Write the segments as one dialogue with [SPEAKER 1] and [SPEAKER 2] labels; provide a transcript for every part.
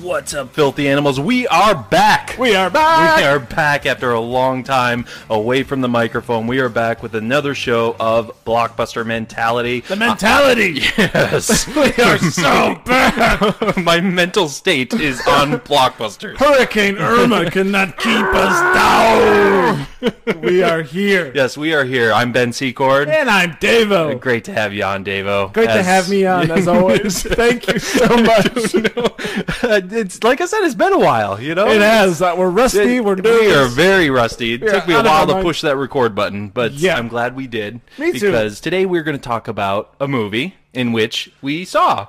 [SPEAKER 1] What's up, filthy animals? We are back.
[SPEAKER 2] We are back.
[SPEAKER 1] We are back after a long time away from the microphone. We are back with another show of blockbuster mentality.
[SPEAKER 2] The mentality.
[SPEAKER 1] yes.
[SPEAKER 2] we are so bad.
[SPEAKER 1] My mental state is on blockbusters.
[SPEAKER 2] Hurricane Irma cannot keep us down. We are here.
[SPEAKER 1] Yes, we are here. I'm Ben Secord.
[SPEAKER 2] And I'm Davo.
[SPEAKER 1] Great to have you on, Davo.
[SPEAKER 2] Great to
[SPEAKER 1] As-
[SPEAKER 2] have me on, as always. Thank you so much.
[SPEAKER 1] it's like I said, it's been a while. You know,
[SPEAKER 2] It has. Uh, we're rusty.
[SPEAKER 1] It-
[SPEAKER 2] we're
[SPEAKER 1] we are
[SPEAKER 2] nervous.
[SPEAKER 1] very rusty. It
[SPEAKER 2] We are
[SPEAKER 1] took me
[SPEAKER 2] out
[SPEAKER 1] a
[SPEAKER 2] of
[SPEAKER 1] while
[SPEAKER 2] our
[SPEAKER 1] to
[SPEAKER 2] mind.
[SPEAKER 1] push that record button, but
[SPEAKER 2] Yeah.
[SPEAKER 1] I'm glad we did.
[SPEAKER 2] Me too.
[SPEAKER 1] Because today we're going to talk about a movie in which we saw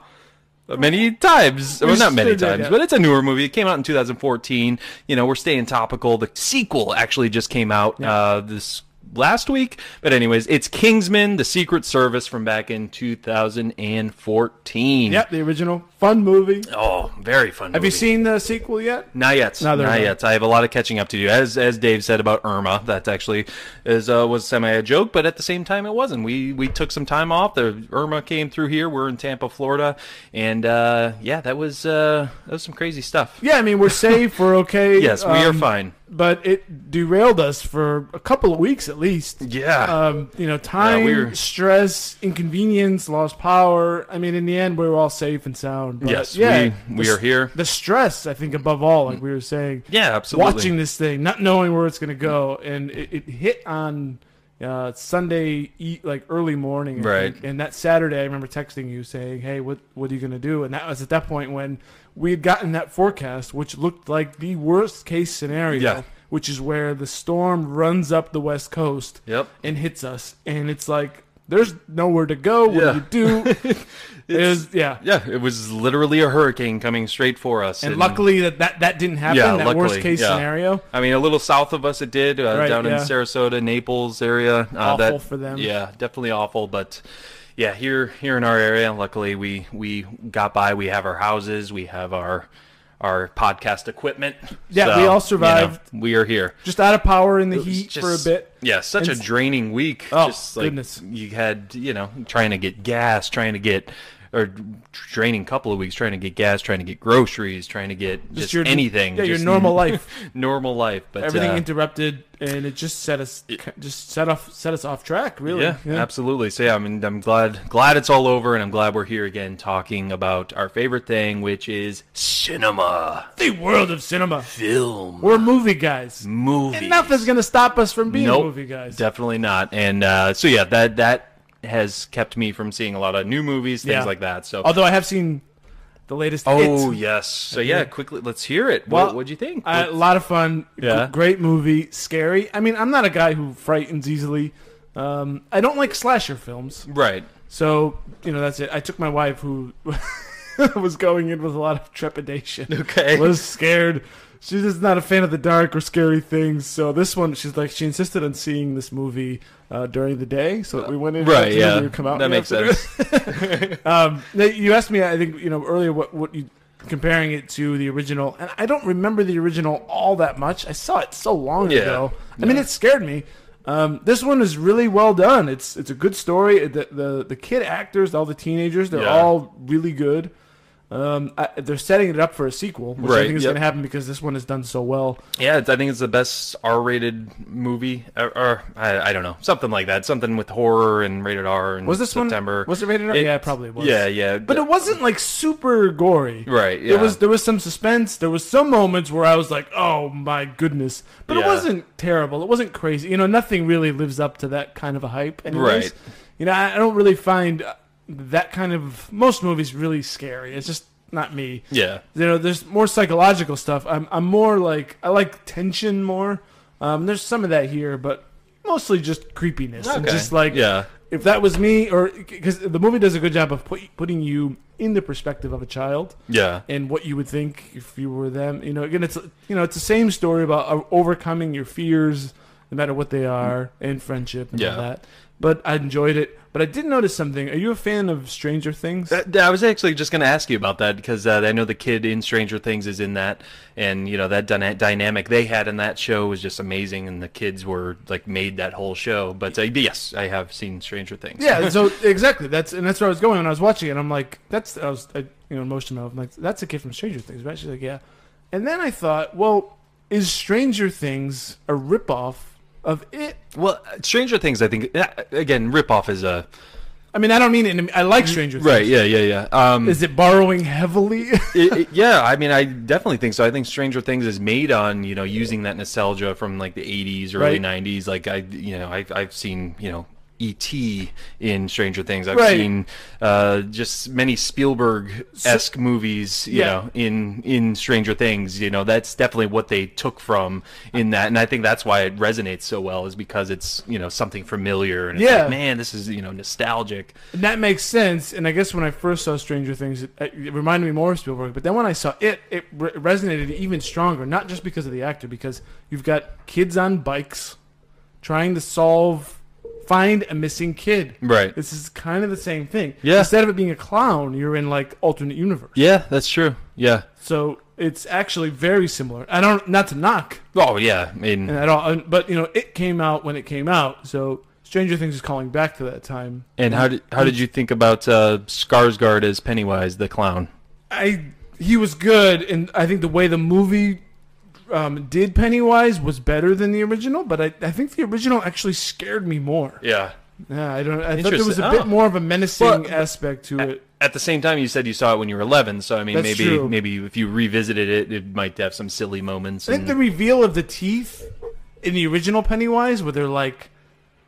[SPEAKER 1] many times. Well, not many
[SPEAKER 2] sure did,
[SPEAKER 1] times,
[SPEAKER 2] yeah.
[SPEAKER 1] but it's a newer movie. It came out in 2014. You know, we're staying topical. The sequel actually just came out uh, this last week. But anyways, it's Kingsman: The Secret Service from back in 2014.
[SPEAKER 2] Yep, the original fun movie.
[SPEAKER 1] Oh, very fun.
[SPEAKER 2] Have
[SPEAKER 1] movie.
[SPEAKER 2] you seen the sequel yet?
[SPEAKER 1] Not yet.
[SPEAKER 2] No,
[SPEAKER 1] Not,
[SPEAKER 2] they're not.
[SPEAKER 1] yet. I have a lot of catching up to do. As as Dave said about Irma, that actually is uh, was semi a joke, but at the same time, it wasn't. We we took some time off. The Irma came through here. We're in Tampa, Florida, and uh, yeah, that was uh, that was some crazy stuff.
[SPEAKER 2] Yeah, I mean we're safe. We're okay.
[SPEAKER 1] Yes, we are
[SPEAKER 2] um,
[SPEAKER 1] fine.
[SPEAKER 2] But it derailed us for a couple of weeks at least.
[SPEAKER 1] Yeah.
[SPEAKER 2] Um, you know, time,
[SPEAKER 1] we were-
[SPEAKER 2] stress, inconvenience, lost power. I mean, in the end, we were all safe and sound. But
[SPEAKER 1] Yes,
[SPEAKER 2] yeah,
[SPEAKER 1] we- we
[SPEAKER 2] the-
[SPEAKER 1] are here.
[SPEAKER 2] The stress, I think, above all, like we were saying.
[SPEAKER 1] Yeah, absolutely.
[SPEAKER 2] Watching this thing, not knowing where it's going to go, and it, it hit on uh, Sunday, e- like early morning, I
[SPEAKER 1] Right.
[SPEAKER 2] think. And that Saturday, I remember texting you saying, "Hey, what what are you going to do?" And that was at that point when we had gotten that forecast, which looked like the worst case scenario,
[SPEAKER 1] Yeah.
[SPEAKER 2] which is where the storm runs up the west coast
[SPEAKER 1] Yep.
[SPEAKER 2] and hits us, and it's like there's nowhere to go. What
[SPEAKER 1] Yeah.
[SPEAKER 2] do you do? it was, yeah.
[SPEAKER 1] Yeah, it was literally a hurricane coming straight for us,
[SPEAKER 2] And luckily that, that, that didn't happen.
[SPEAKER 1] Yeah,
[SPEAKER 2] that
[SPEAKER 1] luckily,
[SPEAKER 2] worst case
[SPEAKER 1] yeah.
[SPEAKER 2] scenario.
[SPEAKER 1] I mean, a little south of us, it did uh,
[SPEAKER 2] Right,
[SPEAKER 1] down in
[SPEAKER 2] yeah.
[SPEAKER 1] Sarasota, Naples area. Uh,
[SPEAKER 2] Awful
[SPEAKER 1] that-
[SPEAKER 2] for them.
[SPEAKER 1] Yeah, definitely awful. But yeah, here here in our area, luckily we we got by. We have our houses. We have our our podcast equipment.
[SPEAKER 2] Yeah, we all survived.
[SPEAKER 1] you know, we are here.
[SPEAKER 2] just out of power in the
[SPEAKER 1] It was
[SPEAKER 2] heat for a
[SPEAKER 1] just-
[SPEAKER 2] bit.
[SPEAKER 1] Yeah, such
[SPEAKER 2] And-
[SPEAKER 1] a draining week.
[SPEAKER 2] Oh,
[SPEAKER 1] just like
[SPEAKER 2] goodness.
[SPEAKER 1] You had, you know, trying to get gas, trying to get, or draining couple of weeks, trying to get gas, trying to get groceries, trying to get just,
[SPEAKER 2] your-
[SPEAKER 1] anything.
[SPEAKER 2] yeah, your
[SPEAKER 1] just
[SPEAKER 2] normal life.
[SPEAKER 1] normal life. But
[SPEAKER 2] Everything
[SPEAKER 1] uh,
[SPEAKER 2] interrupted, and it just set us just set off set us off track. Really,
[SPEAKER 1] Yeah, absolutely. So yeah, I mean, I'm glad glad it's all over, and I'm glad we're here again talking about our favorite thing, which is cinema,
[SPEAKER 2] The world of cinema.
[SPEAKER 1] film,
[SPEAKER 2] We're movie guys,
[SPEAKER 1] movie.
[SPEAKER 2] and nothing's gonna stop us from being
[SPEAKER 1] nope,
[SPEAKER 2] movie guys.
[SPEAKER 1] Definitely not. And uh, so yeah, that that has kept me from seeing a lot of new movies, things
[SPEAKER 2] Yeah.
[SPEAKER 1] like that. So
[SPEAKER 2] Although I have seen the latest.
[SPEAKER 1] oh
[SPEAKER 2] It.
[SPEAKER 1] yes, so yeah, quickly let's hear it. what what'd you think?
[SPEAKER 2] A lot of fun. G-
[SPEAKER 1] Yeah.
[SPEAKER 2] great movie. Scary. I mean, I'm not a guy who frightens easily. Um, I don't like slasher films.
[SPEAKER 1] right.
[SPEAKER 2] So, you know, that's it. I took my wife who was going in with a lot of trepidation.
[SPEAKER 1] Okay.
[SPEAKER 2] Was scared. She's just not a fan of the dark or scary things. So this one, she's like, she insisted on seeing this movie uh, during the day. So we went in. and
[SPEAKER 1] Right,
[SPEAKER 2] after
[SPEAKER 1] yeah.
[SPEAKER 2] we would Come out
[SPEAKER 1] that
[SPEAKER 2] in the
[SPEAKER 1] makes
[SPEAKER 2] afternoon.
[SPEAKER 1] sense.
[SPEAKER 2] Um, now, you asked me, I think, you know, earlier what, what you comparing it to the original. And I don't remember the original all that much. I saw it so long
[SPEAKER 1] Yeah.
[SPEAKER 2] ago. I mean, it scared me. Um, this one is really well done. It's it's a good story. The the, the kid actors, all the teenagers, they're
[SPEAKER 1] Yeah.
[SPEAKER 2] all really good. Um, I, they're setting it up for a sequel, which I
[SPEAKER 1] Right,
[SPEAKER 2] think is
[SPEAKER 1] yep.
[SPEAKER 2] going to happen because this one is done so well.
[SPEAKER 1] Yeah, it's, I think it's the best R-rated movie, or, or I, I don't know, something like that, something with horror and rated R. And
[SPEAKER 2] Was this
[SPEAKER 1] September?
[SPEAKER 2] one? Was it rated R?
[SPEAKER 1] It-
[SPEAKER 2] yeah, it probably was.
[SPEAKER 1] Yeah, yeah,
[SPEAKER 2] But it wasn't like super gory.
[SPEAKER 1] Right,
[SPEAKER 2] There
[SPEAKER 1] yeah.
[SPEAKER 2] was there was some suspense. There was some moments where I was like, "Oh my goodness." But it
[SPEAKER 1] Yeah.
[SPEAKER 2] wasn't terrible. It wasn't crazy. You know, nothing really lives up to that kind of a hype anyways.
[SPEAKER 1] Right.
[SPEAKER 2] You know, I, I don't really find uh, that kind of most movies really scary. It's just not me.
[SPEAKER 1] yeah,
[SPEAKER 2] You know, there's more psychological stuff. I'm I'm more like I like tension more. Um, there's some of that here, but mostly just creepiness and
[SPEAKER 1] Okay.
[SPEAKER 2] just like
[SPEAKER 1] yeah,
[SPEAKER 2] if that was me, or because the movie does a good job of put, putting you in the perspective of a child
[SPEAKER 1] Yeah.
[SPEAKER 2] and what you would think if you were them. You know, again, it's you know, it's the same story about uh, overcoming your fears, no matter what they are, and friendship and
[SPEAKER 1] Yeah.
[SPEAKER 2] all that. But I enjoyed it. But I did notice something. Are you a fan of Stranger Things?
[SPEAKER 1] That- I was actually just going to ask you about that because uh, I know the kid in Stranger Things is in that, and you know that dyna- dynamic they had in that show was just amazing, and the kids were like made that whole show. But uh, yes, I have seen Stranger Things.
[SPEAKER 2] yeah. So exactly. That's and that's where I was going when I was watching it. I'm like, that's I was I, you know emotional. I'm like, that's a kid from Stranger Things, right? She's like, yeah. And then I thought, well, is Stranger Things a ripoff of it?
[SPEAKER 1] Well, Stranger Things, I think uh, again, ripoff is a
[SPEAKER 2] I mean, I don't mean it. in- I like Stranger Things.
[SPEAKER 1] right. Yeah, yeah, yeah. Um,
[SPEAKER 2] Is it borrowing heavily?
[SPEAKER 1] it, it- yeah, I mean, I definitely think so. I think Stranger Things is made on you know using that nostalgia from like the '80s, early
[SPEAKER 2] Right.
[SPEAKER 1] '90s. Like I, you know, I've I've seen you know E.T. in Stranger Things. I've
[SPEAKER 2] Right.
[SPEAKER 1] seen uh, just many Spielberg esque movies. You
[SPEAKER 2] Yeah.
[SPEAKER 1] know, in in Stranger Things, you know, that's definitely what they took from in that, and I think that's why it resonates so well is because it's you know something familiar and it's
[SPEAKER 2] Yeah.
[SPEAKER 1] like, man, this is you know nostalgic.
[SPEAKER 2] And that makes sense. And I guess when I first saw Stranger Things, it, it reminded me more of Spielberg. But then when I saw it, it re- resonated even stronger. Not just because of the actor, because you've got kids on bikes trying to solve, find a missing kid.
[SPEAKER 1] Right.
[SPEAKER 2] This is kind of the same thing.
[SPEAKER 1] Yeah.
[SPEAKER 2] Instead of it being a clown, you're in like alternate universe.
[SPEAKER 1] Yeah, that's true. Yeah.
[SPEAKER 2] So it's actually very similar. I don't not to knock
[SPEAKER 1] Oh yeah. I mean.
[SPEAKER 2] at all, but you know it came out when it came out. So Stranger Things is calling back to that time.
[SPEAKER 1] And how did how did you think about uh, Skarsgård as Pennywise the clown?
[SPEAKER 2] I he was good, and I think the way the movie um, did Pennywise was better than the original. But I, I think the original actually scared me more.
[SPEAKER 1] Yeah.
[SPEAKER 2] Yeah, I don't. I thought there was
[SPEAKER 1] Interesting.
[SPEAKER 2] a bit
[SPEAKER 1] Oh.
[SPEAKER 2] more of a menacing
[SPEAKER 1] Well,
[SPEAKER 2] aspect to it.
[SPEAKER 1] At the same time, you said you saw it when you were eleven, so I mean,
[SPEAKER 2] That's
[SPEAKER 1] maybe
[SPEAKER 2] true.
[SPEAKER 1] maybe if you revisited it, it might have some silly moments.
[SPEAKER 2] I think
[SPEAKER 1] and-
[SPEAKER 2] the reveal of the teeth in the original Pennywise, where they're like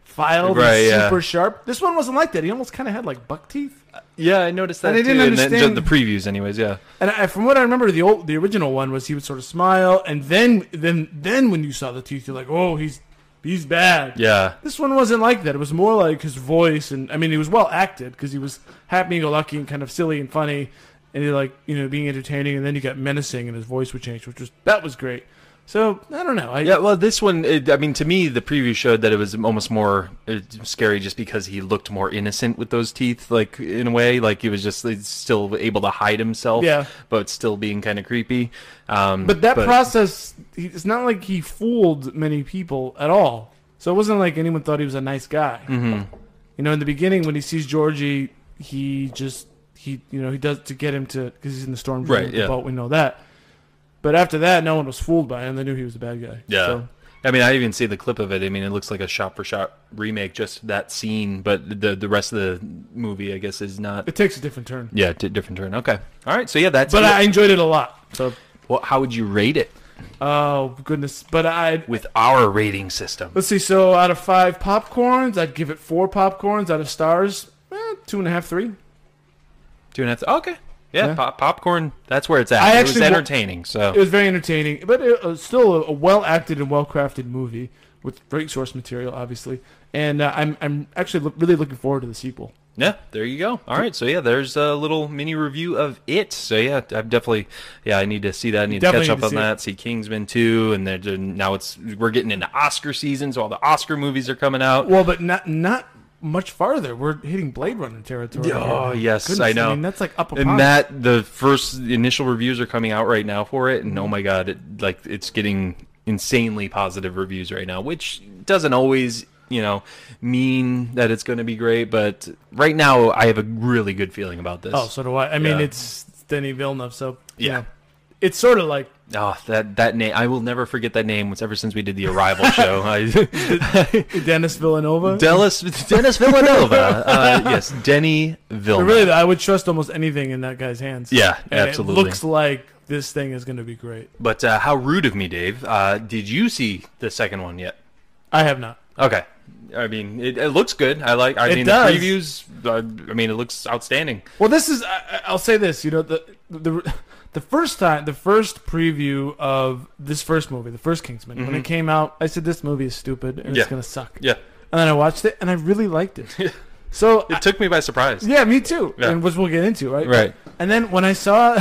[SPEAKER 2] filed
[SPEAKER 1] Right,
[SPEAKER 2] and
[SPEAKER 1] yeah.
[SPEAKER 2] super sharp. This one wasn't like that. He almost kind of had like buck teeth.
[SPEAKER 1] yeah, I noticed that.
[SPEAKER 2] And I
[SPEAKER 1] too,
[SPEAKER 2] didn't
[SPEAKER 1] then
[SPEAKER 2] understand-
[SPEAKER 1] the previews, anyways. Yeah,
[SPEAKER 2] And I, from what I remember, the old, the original one was he would sort of smile, and then, then, then when you saw the teeth, you're like, oh, he's, he's bad.
[SPEAKER 1] yeah,
[SPEAKER 2] This one wasn't like that. It was more like his voice, and I mean, he was well acted because he was happy-go-lucky and kind of silly and funny, and he like you know being entertaining, and then you got menacing, and his voice would change, which was that was great. So I don't know. I,
[SPEAKER 1] yeah. Well, this one, it, I mean, to me, the preview showed that it was almost more uh, scary just because he looked more innocent with those teeth, like in a way, like he was just like, still able to hide himself,
[SPEAKER 2] Yeah.
[SPEAKER 1] but still being kind of creepy. Um,
[SPEAKER 2] But that process, he, it's not like he fooled many people at all. So it wasn't like anyone thought he was a nice guy.
[SPEAKER 1] Mm-hmm.
[SPEAKER 2] You know, in the beginning when he sees Georgie, he just he you know he does to get him to because he's in the storm drain
[SPEAKER 1] Right,
[SPEAKER 2] with
[SPEAKER 1] yeah.
[SPEAKER 2] the boat. We know that. But after that, no one was fooled by him. They knew he was a bad guy.
[SPEAKER 1] Yeah.
[SPEAKER 2] So,
[SPEAKER 1] I mean, I even see the clip of it. I mean, it looks like a shot-for-shot remake, just that scene. But the the rest of the movie, I guess, is not.
[SPEAKER 2] it takes a different turn.
[SPEAKER 1] Yeah, di different turn. Okay, all right. So yeah, that's.
[SPEAKER 2] But
[SPEAKER 1] it.
[SPEAKER 2] I enjoyed it a lot. So
[SPEAKER 1] Well, how would you rate it
[SPEAKER 2] oh goodness. But I
[SPEAKER 1] with our rating system?
[SPEAKER 2] let's see. So out of five popcorns, I'd give it four popcorns. Out of stars, eh, two and a half, three.
[SPEAKER 1] Two and a half. Okay. Yeah,
[SPEAKER 2] Yeah.
[SPEAKER 1] Pop- popcorn. That's where it's at.
[SPEAKER 2] I
[SPEAKER 1] it
[SPEAKER 2] actually
[SPEAKER 1] was
[SPEAKER 2] wa-
[SPEAKER 1] entertaining.
[SPEAKER 2] It
[SPEAKER 1] so
[SPEAKER 2] was very entertaining, but it was still a, a well acted and well crafted movie with great source material, obviously. And uh, I'm I'm actually lo- really looking forward to the sequel.
[SPEAKER 1] yeah, there you go. All right. So yeah, there's a little mini review of it. So yeah, I'm definitely. Yeah, I need to see that. I need to
[SPEAKER 2] Definitely
[SPEAKER 1] catch
[SPEAKER 2] need
[SPEAKER 1] up
[SPEAKER 2] to
[SPEAKER 1] on
[SPEAKER 2] see it.
[SPEAKER 1] that. See Kingsman two, and then then now it's we're getting into Oscar season, so all the Oscar movies are coming out.
[SPEAKER 2] Well, but not not much farther. We're hitting Blade Runner territory.
[SPEAKER 1] Oh
[SPEAKER 2] here.
[SPEAKER 1] yes,
[SPEAKER 2] Goodness,
[SPEAKER 1] I know.
[SPEAKER 2] mean, that's like up upon
[SPEAKER 1] and that the first the initial reviews are coming out right now for it, and
[SPEAKER 2] Mm-hmm.
[SPEAKER 1] oh my god, it, like it's getting insanely positive reviews right now, which doesn't always you know mean that it's going to be great, but right now I have a really good feeling about this.
[SPEAKER 2] Oh, so do I. I mean,
[SPEAKER 1] Yeah.
[SPEAKER 2] it's Denny Villeneuve, so you
[SPEAKER 1] Yeah.
[SPEAKER 2] know. it's sort of like
[SPEAKER 1] Oh, that that name I will never forget that name. It's ever since we did the Arrival show. I,
[SPEAKER 2] Dennis Villenova.
[SPEAKER 1] Dallas Dennis Villanova. Uh, yes, Denny Villeneuve.
[SPEAKER 2] really, I would trust almost anything in that guy's hands.
[SPEAKER 1] Yeah,
[SPEAKER 2] And
[SPEAKER 1] absolutely.
[SPEAKER 2] It looks like this thing is going to be great.
[SPEAKER 1] But uh, how rude of me, Dave. Uh, did you see the second one yet?
[SPEAKER 2] I have not.
[SPEAKER 1] Okay. I mean, it, it looks good. I like. I
[SPEAKER 2] It
[SPEAKER 1] mean,
[SPEAKER 2] does.
[SPEAKER 1] the previews. Uh, I mean, it looks outstanding.
[SPEAKER 2] Well, this is. I, I- I'll say this. You know, the the the first time, the first preview of this first movie, the first Kingsman, when it came out, I said this movie is stupid and
[SPEAKER 1] Mm-hmm. Yeah.
[SPEAKER 2] it's gonna suck.
[SPEAKER 1] Yeah.
[SPEAKER 2] And then I watched it and I really liked it. So
[SPEAKER 1] It took me by surprise.
[SPEAKER 2] yeah, me too.
[SPEAKER 1] Yeah.
[SPEAKER 2] And which we'll get into, right?
[SPEAKER 1] Right.
[SPEAKER 2] And then when I saw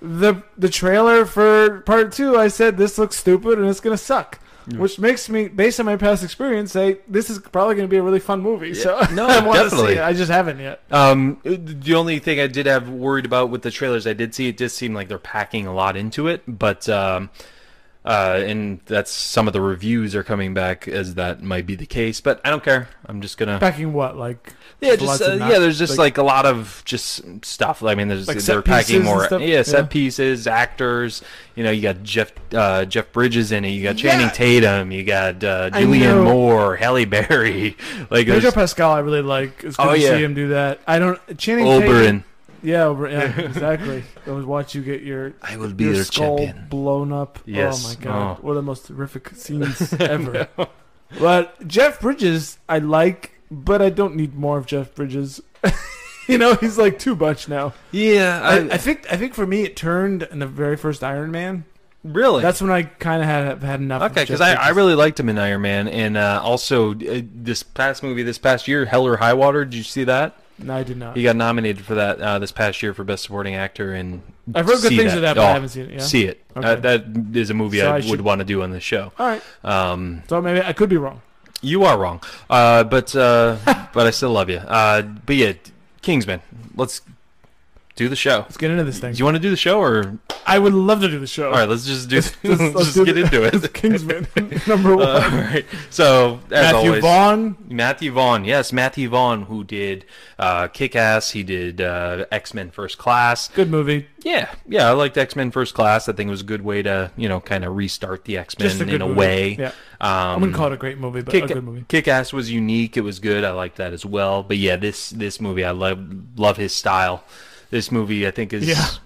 [SPEAKER 2] the the trailer for part two, I said this looks stupid and it's gonna suck. Which makes me, based on my past experience, say this is probably going to be a really fun movie. so
[SPEAKER 1] No,
[SPEAKER 2] I want to
[SPEAKER 1] definitely.
[SPEAKER 2] see it. I just haven't yet.
[SPEAKER 1] Um, the only thing I did have worried about with the trailers I did see, it did seem like they're packing a lot into it, but um, uh, and that's some of the reviews are coming back as that might be the case, but I don't care. I'm just gonna
[SPEAKER 2] Packing what, like
[SPEAKER 1] yeah,
[SPEAKER 2] lots
[SPEAKER 1] just
[SPEAKER 2] of
[SPEAKER 1] uh,
[SPEAKER 2] not-
[SPEAKER 1] yeah. There's just like, a lot of just stuff. I mean, there's
[SPEAKER 2] Like set
[SPEAKER 1] they're packing
[SPEAKER 2] pieces and
[SPEAKER 1] more
[SPEAKER 2] stuff?
[SPEAKER 1] yeah set
[SPEAKER 2] Yeah.
[SPEAKER 1] pieces, actors. You know, you got Jeff uh, Jeff Bridges in it. You got Channing
[SPEAKER 2] Yeah.
[SPEAKER 1] Tatum. You got uh,
[SPEAKER 2] I
[SPEAKER 1] Julianne
[SPEAKER 2] know.
[SPEAKER 1] Moore, Halle Berry. Like
[SPEAKER 2] Pedro
[SPEAKER 1] there's
[SPEAKER 2] Pascal, I really like. It's good
[SPEAKER 1] Oh,
[SPEAKER 2] to
[SPEAKER 1] yeah.
[SPEAKER 2] see him do that. I don't Channing Tatum.
[SPEAKER 1] Oberyn.
[SPEAKER 2] Yeah, over, yeah, exactly. I was watch you get your
[SPEAKER 1] I will be
[SPEAKER 2] your
[SPEAKER 1] their
[SPEAKER 2] skull
[SPEAKER 1] champion.
[SPEAKER 2] blown up.
[SPEAKER 1] Yes.
[SPEAKER 2] Oh my god,
[SPEAKER 1] Oh.
[SPEAKER 2] one of the most horrific scenes ever. But Jeff Bridges, I like, but I don't need more of Jeff Bridges. you know, he's like too much now.
[SPEAKER 1] Yeah,
[SPEAKER 2] I, I think I think for me it turned in the very first Iron Man.
[SPEAKER 1] Really?
[SPEAKER 2] That's when I kind of had had enough. of
[SPEAKER 1] okay,
[SPEAKER 2] Jeff
[SPEAKER 1] because I, I
[SPEAKER 2] Bridges.
[SPEAKER 1] really liked him in Iron Man, and uh, also uh, this past movie, this past year, Hell or High Water. Did you see that?
[SPEAKER 2] no, I did not.
[SPEAKER 1] He got nominated for that uh, this past year for Best Supporting Actor, and
[SPEAKER 2] I've heard good
[SPEAKER 1] see
[SPEAKER 2] things of that, but
[SPEAKER 1] Oh,
[SPEAKER 2] I haven't seen it. Yeah.
[SPEAKER 1] See it.
[SPEAKER 2] Okay.
[SPEAKER 1] Uh, that is a movie
[SPEAKER 2] So I
[SPEAKER 1] I, would
[SPEAKER 2] should-
[SPEAKER 1] want to do on this show.
[SPEAKER 2] All right,
[SPEAKER 1] Um,
[SPEAKER 2] so maybe I could be wrong.
[SPEAKER 1] you are wrong, uh, but uh, but I still love you. Uh, but yeah, Kingsman. Let's do the show.
[SPEAKER 2] Let's get into this
[SPEAKER 1] Do
[SPEAKER 2] thing.
[SPEAKER 1] you want to do the show, or
[SPEAKER 2] I would love to do the show.
[SPEAKER 1] all right? Let's just do. let's
[SPEAKER 2] Oh. let's- let's
[SPEAKER 1] just
[SPEAKER 2] do
[SPEAKER 1] get
[SPEAKER 2] the-
[SPEAKER 1] into it.
[SPEAKER 2] Kingsman number one.
[SPEAKER 1] Uh, all right. So as
[SPEAKER 2] Matthew
[SPEAKER 1] always,
[SPEAKER 2] Vaughn.
[SPEAKER 1] Matthew Vaughn, yes, Matthew Vaughn, who did uh, Kick Ass, he did uh, X Men First Class.
[SPEAKER 2] Good movie.
[SPEAKER 1] Yeah, yeah, I liked X Men First Class. I think it was a good way to, you know, kind of restart the X
[SPEAKER 2] Just
[SPEAKER 1] Men
[SPEAKER 2] a
[SPEAKER 1] in
[SPEAKER 2] good
[SPEAKER 1] a
[SPEAKER 2] movie.
[SPEAKER 1] way.
[SPEAKER 2] Yeah. I
[SPEAKER 1] Um,
[SPEAKER 2] wouldn't call it a great movie, but a good movie.
[SPEAKER 1] Kick Ass was unique. It was good. I liked that as well. But yeah, this this movie, I love love his style. This movie, I think, is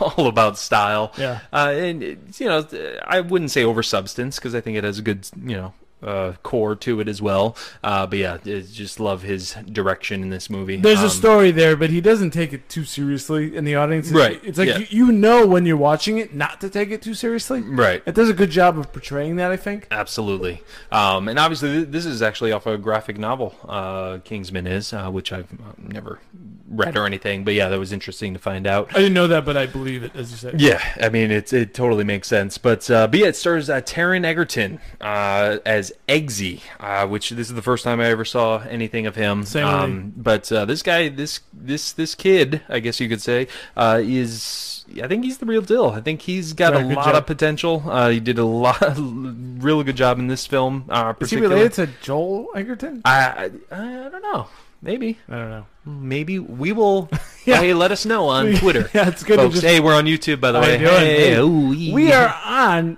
[SPEAKER 1] all about style.
[SPEAKER 2] Yeah.
[SPEAKER 1] Uh, and it's, you know, I wouldn't say over substance because I think it has a good you know uh, core to it as well. Uh, but yeah, I just love his direction in this movie.
[SPEAKER 2] There's
[SPEAKER 1] Um,
[SPEAKER 2] a story there, but he doesn't take it too seriously in the audience. It's-
[SPEAKER 1] Right,
[SPEAKER 2] It's like
[SPEAKER 1] yeah.
[SPEAKER 2] you, you know when you're watching it not to take it too seriously.
[SPEAKER 1] Right.
[SPEAKER 2] It does a good job of portraying that, I think.
[SPEAKER 1] Absolutely, um, and obviously th- this is actually off a graphic novel. Uh, Kingsman is, uh, which I've uh, never read or anything, but yeah, that was interesting to find out.
[SPEAKER 2] I didn't know that, but I believe it, as you said.
[SPEAKER 1] Yeah, I mean it's it totally makes sense, but uh, but yeah, it stars uh, Taron Egerton uh, as Eggsy, uh, which this is the first time I ever saw anything of him.
[SPEAKER 2] Same with
[SPEAKER 1] um, but uh, this guy, this this this kid, I guess you could say, uh, is I think he's the real deal. I think he's got
[SPEAKER 2] Yeah,
[SPEAKER 1] a
[SPEAKER 2] good
[SPEAKER 1] lot
[SPEAKER 2] job.
[SPEAKER 1] of potential. Uh, he did a lot, really good job in this film. Uh,
[SPEAKER 2] Is he
[SPEAKER 1] particular-
[SPEAKER 2] related to Joel Egerton?
[SPEAKER 1] I, I I don't know. Maybe
[SPEAKER 2] I don't know.
[SPEAKER 1] maybe we will.
[SPEAKER 2] Yeah.
[SPEAKER 1] Hey, let us know on Twitter.
[SPEAKER 2] yeah, it's good
[SPEAKER 1] Folks,
[SPEAKER 2] to just.
[SPEAKER 1] hey, we're on YouTube, by the
[SPEAKER 2] How
[SPEAKER 1] way.
[SPEAKER 2] you doing?
[SPEAKER 1] Hey,
[SPEAKER 2] Hey.
[SPEAKER 1] ooh, wee.
[SPEAKER 2] We are on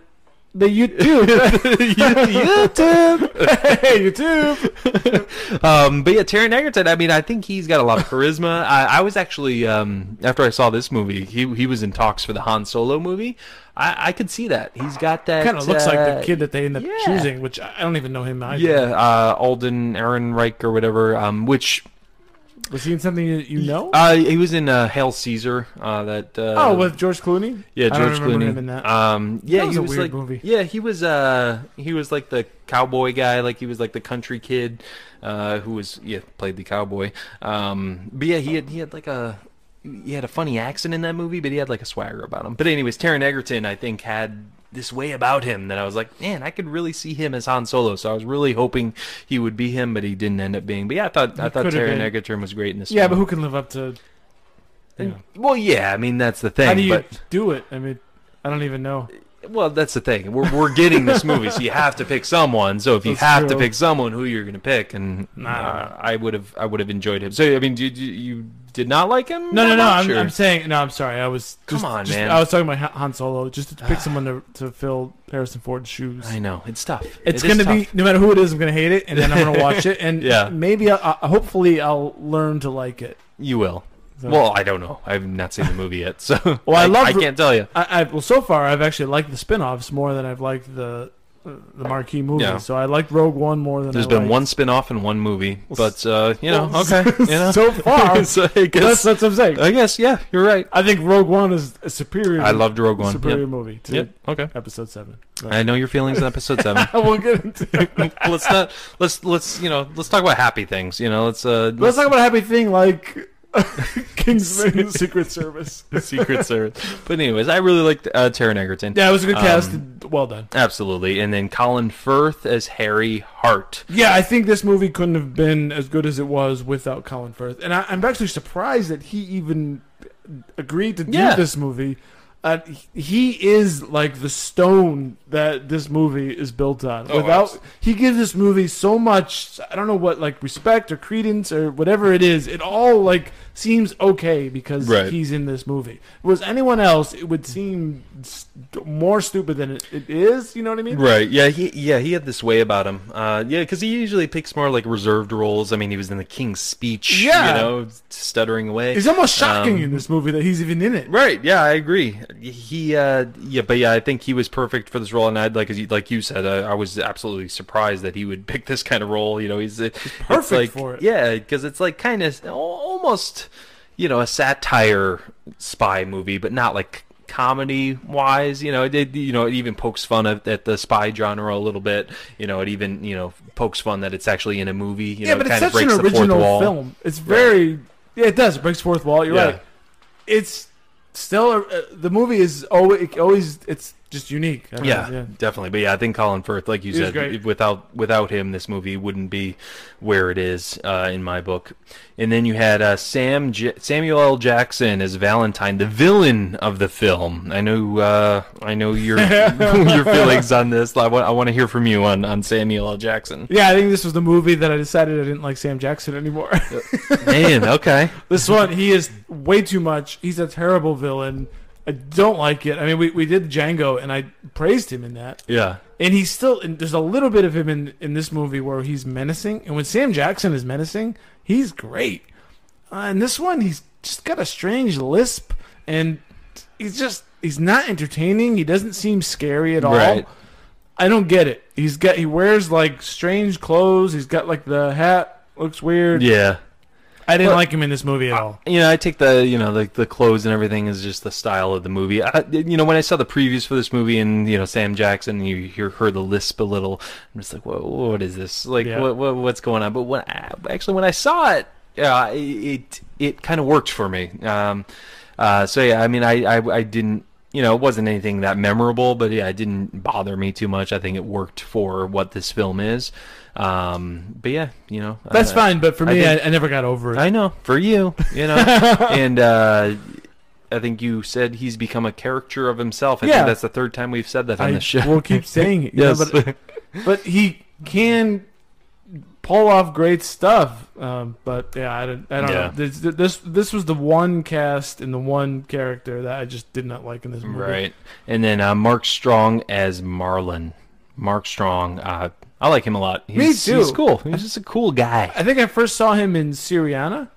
[SPEAKER 2] the YouTube. YouTube. hey, YouTube.
[SPEAKER 1] Um, but yeah, Taron Egerton. I mean, I think he's got a lot of charisma. I, I was actually um, after I saw this movie, he he was in talks for the Han Solo movie. I, I could see that he's got that.
[SPEAKER 2] Kind of looks like
[SPEAKER 1] uh,
[SPEAKER 2] the kid that they end up
[SPEAKER 1] yeah.
[SPEAKER 2] choosing, which I I don't even know him either.
[SPEAKER 1] Yeah, uh, Alden Ehrenreich or whatever. Um, which
[SPEAKER 2] Was he in something you, you know?
[SPEAKER 1] uh, he was in uh, Hail Caesar. Uh, that uh,
[SPEAKER 2] oh, with George Clooney.
[SPEAKER 1] yeah,
[SPEAKER 2] I don't
[SPEAKER 1] George
[SPEAKER 2] remember
[SPEAKER 1] Clooney.
[SPEAKER 2] him in that.
[SPEAKER 1] Um, yeah,
[SPEAKER 2] That was
[SPEAKER 1] he
[SPEAKER 2] a
[SPEAKER 1] was
[SPEAKER 2] weird
[SPEAKER 1] like
[SPEAKER 2] movie.
[SPEAKER 1] yeah, he was uh he was like the cowboy guy, like he was like the country kid, uh, who was yeah played the cowboy. Um, but yeah, he had he had like a he had a funny accent in that movie, but he had like a swagger about him. But anyways, Taron Egerton, I think had this way about him that I was like, man, I could really see him as Han Solo. So I was really hoping he would be him, but he didn't end up being. But yeah, I thought I
[SPEAKER 2] He
[SPEAKER 1] thought
[SPEAKER 2] could have
[SPEAKER 1] Taron
[SPEAKER 2] been.
[SPEAKER 1] Egerton was great in this.
[SPEAKER 2] yeah, but
[SPEAKER 1] film.
[SPEAKER 2] who can live up to? You know,
[SPEAKER 1] Well, yeah, I mean that's the thing.
[SPEAKER 2] how do you
[SPEAKER 1] but...
[SPEAKER 2] do it? I mean, I don't even know.
[SPEAKER 1] Well, that's the thing. We're, we're getting this movie, so you have to pick someone. So if you
[SPEAKER 2] That's
[SPEAKER 1] have to
[SPEAKER 2] true.
[SPEAKER 1] pick someone, who you're going to pick? And
[SPEAKER 2] Nah.
[SPEAKER 1] uh, I would have I would have enjoyed him. So I mean, did you, you did not like him?
[SPEAKER 2] No,
[SPEAKER 1] that
[SPEAKER 2] no, no.
[SPEAKER 1] much,
[SPEAKER 2] I'm,
[SPEAKER 1] or-
[SPEAKER 2] I'm saying no. I'm sorry. I was
[SPEAKER 1] Come
[SPEAKER 2] just,
[SPEAKER 1] on,
[SPEAKER 2] just-
[SPEAKER 1] man.
[SPEAKER 2] I was talking about Han Solo. Just to pick someone to, to fill Harrison Ford's shoes.
[SPEAKER 1] I know it's tough.
[SPEAKER 2] It's
[SPEAKER 1] It is
[SPEAKER 2] gonna be
[SPEAKER 1] tough.
[SPEAKER 2] no matter who it is. I'm gonna hate it, and then I'm gonna watch it, and
[SPEAKER 1] Yeah.
[SPEAKER 2] maybe I, I, hopefully I'll learn to like it.
[SPEAKER 1] you will.
[SPEAKER 2] So-
[SPEAKER 1] Well, I don't know. I've not seen the movie yet, so
[SPEAKER 2] Well, I love-
[SPEAKER 1] I can't tell you.
[SPEAKER 2] I, I well, so far I've actually liked the spin-offs more than I've liked the uh, the marquee movie.
[SPEAKER 1] Yeah.
[SPEAKER 2] So I liked Rogue One more than
[SPEAKER 1] There's
[SPEAKER 2] I
[SPEAKER 1] been
[SPEAKER 2] liked-
[SPEAKER 1] one spin off and one movie, but uh, you know,
[SPEAKER 2] Well,
[SPEAKER 1] okay, you know.
[SPEAKER 2] so far,
[SPEAKER 1] So I
[SPEAKER 2] that's,
[SPEAKER 1] guess,
[SPEAKER 2] that's what I'm saying.
[SPEAKER 1] I guess, yeah, you're right.
[SPEAKER 2] I think Rogue One is a superior.
[SPEAKER 1] I loved Rogue One.
[SPEAKER 2] superior
[SPEAKER 1] Yep.
[SPEAKER 2] movie to
[SPEAKER 1] yep. Okay.
[SPEAKER 2] Episode Seven. But
[SPEAKER 1] I know your feelings on episode seven.
[SPEAKER 2] I won't get into. It.
[SPEAKER 1] let's not. Let's let's you know. Let's talk about happy things. You know. Let's uh.
[SPEAKER 2] Let's talk about a happy thing like Kingsman Secret
[SPEAKER 1] Um,
[SPEAKER 2] Service.
[SPEAKER 1] Secret Service. But anyways, I really liked uh, Taron Egerton.
[SPEAKER 2] Yeah, it was a good cast.
[SPEAKER 1] Um,
[SPEAKER 2] and well done.
[SPEAKER 1] Absolutely. And then Colin Firth as Harry Hart.
[SPEAKER 2] Yeah, I think this movie couldn't have been as good as it was without Colin Firth, and I, I'm actually surprised that he even agreed to do
[SPEAKER 1] Yeah.
[SPEAKER 2] this movie. Uh, he is like the stone that this movie is built on.
[SPEAKER 1] Oh,
[SPEAKER 2] Without
[SPEAKER 1] absolutely.
[SPEAKER 2] he gives this movie so much, I don't know what like respect or credence or whatever it is. It all like seems okay because
[SPEAKER 1] Right.
[SPEAKER 2] he's in this movie. Was anyone else? It would seem st- more stupid than it, it is. You know what I mean?
[SPEAKER 1] Right. Yeah. He. Yeah. He had this way about him. Uh. Yeah. Because he usually picks more like reserved roles. I mean, he was in the King's Speech.
[SPEAKER 2] Yeah.
[SPEAKER 1] You know, stuttering away.
[SPEAKER 2] It's almost shocking
[SPEAKER 1] Um,
[SPEAKER 2] in this movie that he's even in it.
[SPEAKER 1] Right. Yeah, I agree. He, uh, yeah, but yeah, I think he was perfect for this role, and I'd like, as you- like you said, I, I was absolutely surprised that he would pick this kind of role. You know, he's, he's
[SPEAKER 2] perfect for it.
[SPEAKER 1] Yeah, because it's like kind of almost, you know, a satire spy movie, but not like comedy wise. You know, it, it you know it even pokes fun at, at the spy genre a little bit. You know, it even you know pokes fun that it's actually in a movie. You
[SPEAKER 2] yeah,
[SPEAKER 1] know,
[SPEAKER 2] but
[SPEAKER 1] it
[SPEAKER 2] it's
[SPEAKER 1] kind of
[SPEAKER 2] such an
[SPEAKER 1] breaks the fourth
[SPEAKER 2] original
[SPEAKER 1] wall.
[SPEAKER 2] film. It's very yeah, it does. It breaks fourth wall. You're
[SPEAKER 1] Yeah.
[SPEAKER 2] right. It's still a, uh, the movie is always, it always it's just unique. I don't
[SPEAKER 1] Yeah,
[SPEAKER 2] know,
[SPEAKER 1] definitely. But yeah, I think Colin Firth, like you
[SPEAKER 2] He was
[SPEAKER 1] said,
[SPEAKER 2] great.
[SPEAKER 1] without without him, this movie wouldn't be where it is uh, in my book. And then you had uh, Sam J- Samuel L. Jackson as Valentine, the villain of the film. I know, uh, I know your your feelings on this. I want I want to hear from you on on Samuel L. Jackson.
[SPEAKER 2] yeah. I think this was the movie that I decided I didn't like Sam Jackson anymore.
[SPEAKER 1] Man, okay,
[SPEAKER 2] this one, he is way too much. He's a terrible villain. I don't like it. I mean, we, we did Django, and I praised him in that.
[SPEAKER 1] yeah,
[SPEAKER 2] and he's still and there's a little bit of him in in this movie where he's menacing and when sam jackson is menacing he's great uh, in this one he's just got a strange lisp and he's just he's not entertaining he doesn't seem scary at all.
[SPEAKER 1] Right.
[SPEAKER 2] i don't get it he's got he wears like strange clothes he's got like the hat looks weird
[SPEAKER 1] yeah.
[SPEAKER 2] i didn't
[SPEAKER 1] Well-
[SPEAKER 2] like him in this movie at all
[SPEAKER 1] you know, I take the you know the the clothes and everything is just the style of the movie. I, you know, when I saw the previews for this movie and you know Sam Jackson, you hear her the lisp a little. I'm just like, what what is this? Like,
[SPEAKER 2] Yeah.
[SPEAKER 1] what, what what's going on? But when I, actually when I saw it, yeah, it it kind of worked for me. Um, uh, so yeah, I mean, I, I I didn't. You know, it wasn't anything that memorable, but yeah, it didn't bother me too much. I think it worked for what this film is. Um, but yeah, you know, uh,
[SPEAKER 2] that's
[SPEAKER 1] I-
[SPEAKER 2] fine but for
[SPEAKER 1] I
[SPEAKER 2] me I,
[SPEAKER 1] think-
[SPEAKER 2] I, never got over it
[SPEAKER 1] I know for you, you know, and uh, I think you said he's become a character of himself. I
[SPEAKER 2] Yeah.
[SPEAKER 1] think that's the third time we've said that on
[SPEAKER 2] I
[SPEAKER 1] the show.
[SPEAKER 2] will keep saying it you know,
[SPEAKER 1] yes,
[SPEAKER 2] but but he can pull off great stuff. Um, but yeah, I don't, I don't
[SPEAKER 1] Yeah.
[SPEAKER 2] know. This, this this was the one cast and the one character that I just did not like in this movie.
[SPEAKER 1] right. And then uh, Mark Strong as Marlin. Mark Strong, uh, I like him a lot. He's,
[SPEAKER 2] Me too.
[SPEAKER 1] He's cool. He's just a cool guy.
[SPEAKER 2] I think I first saw him in Syriana.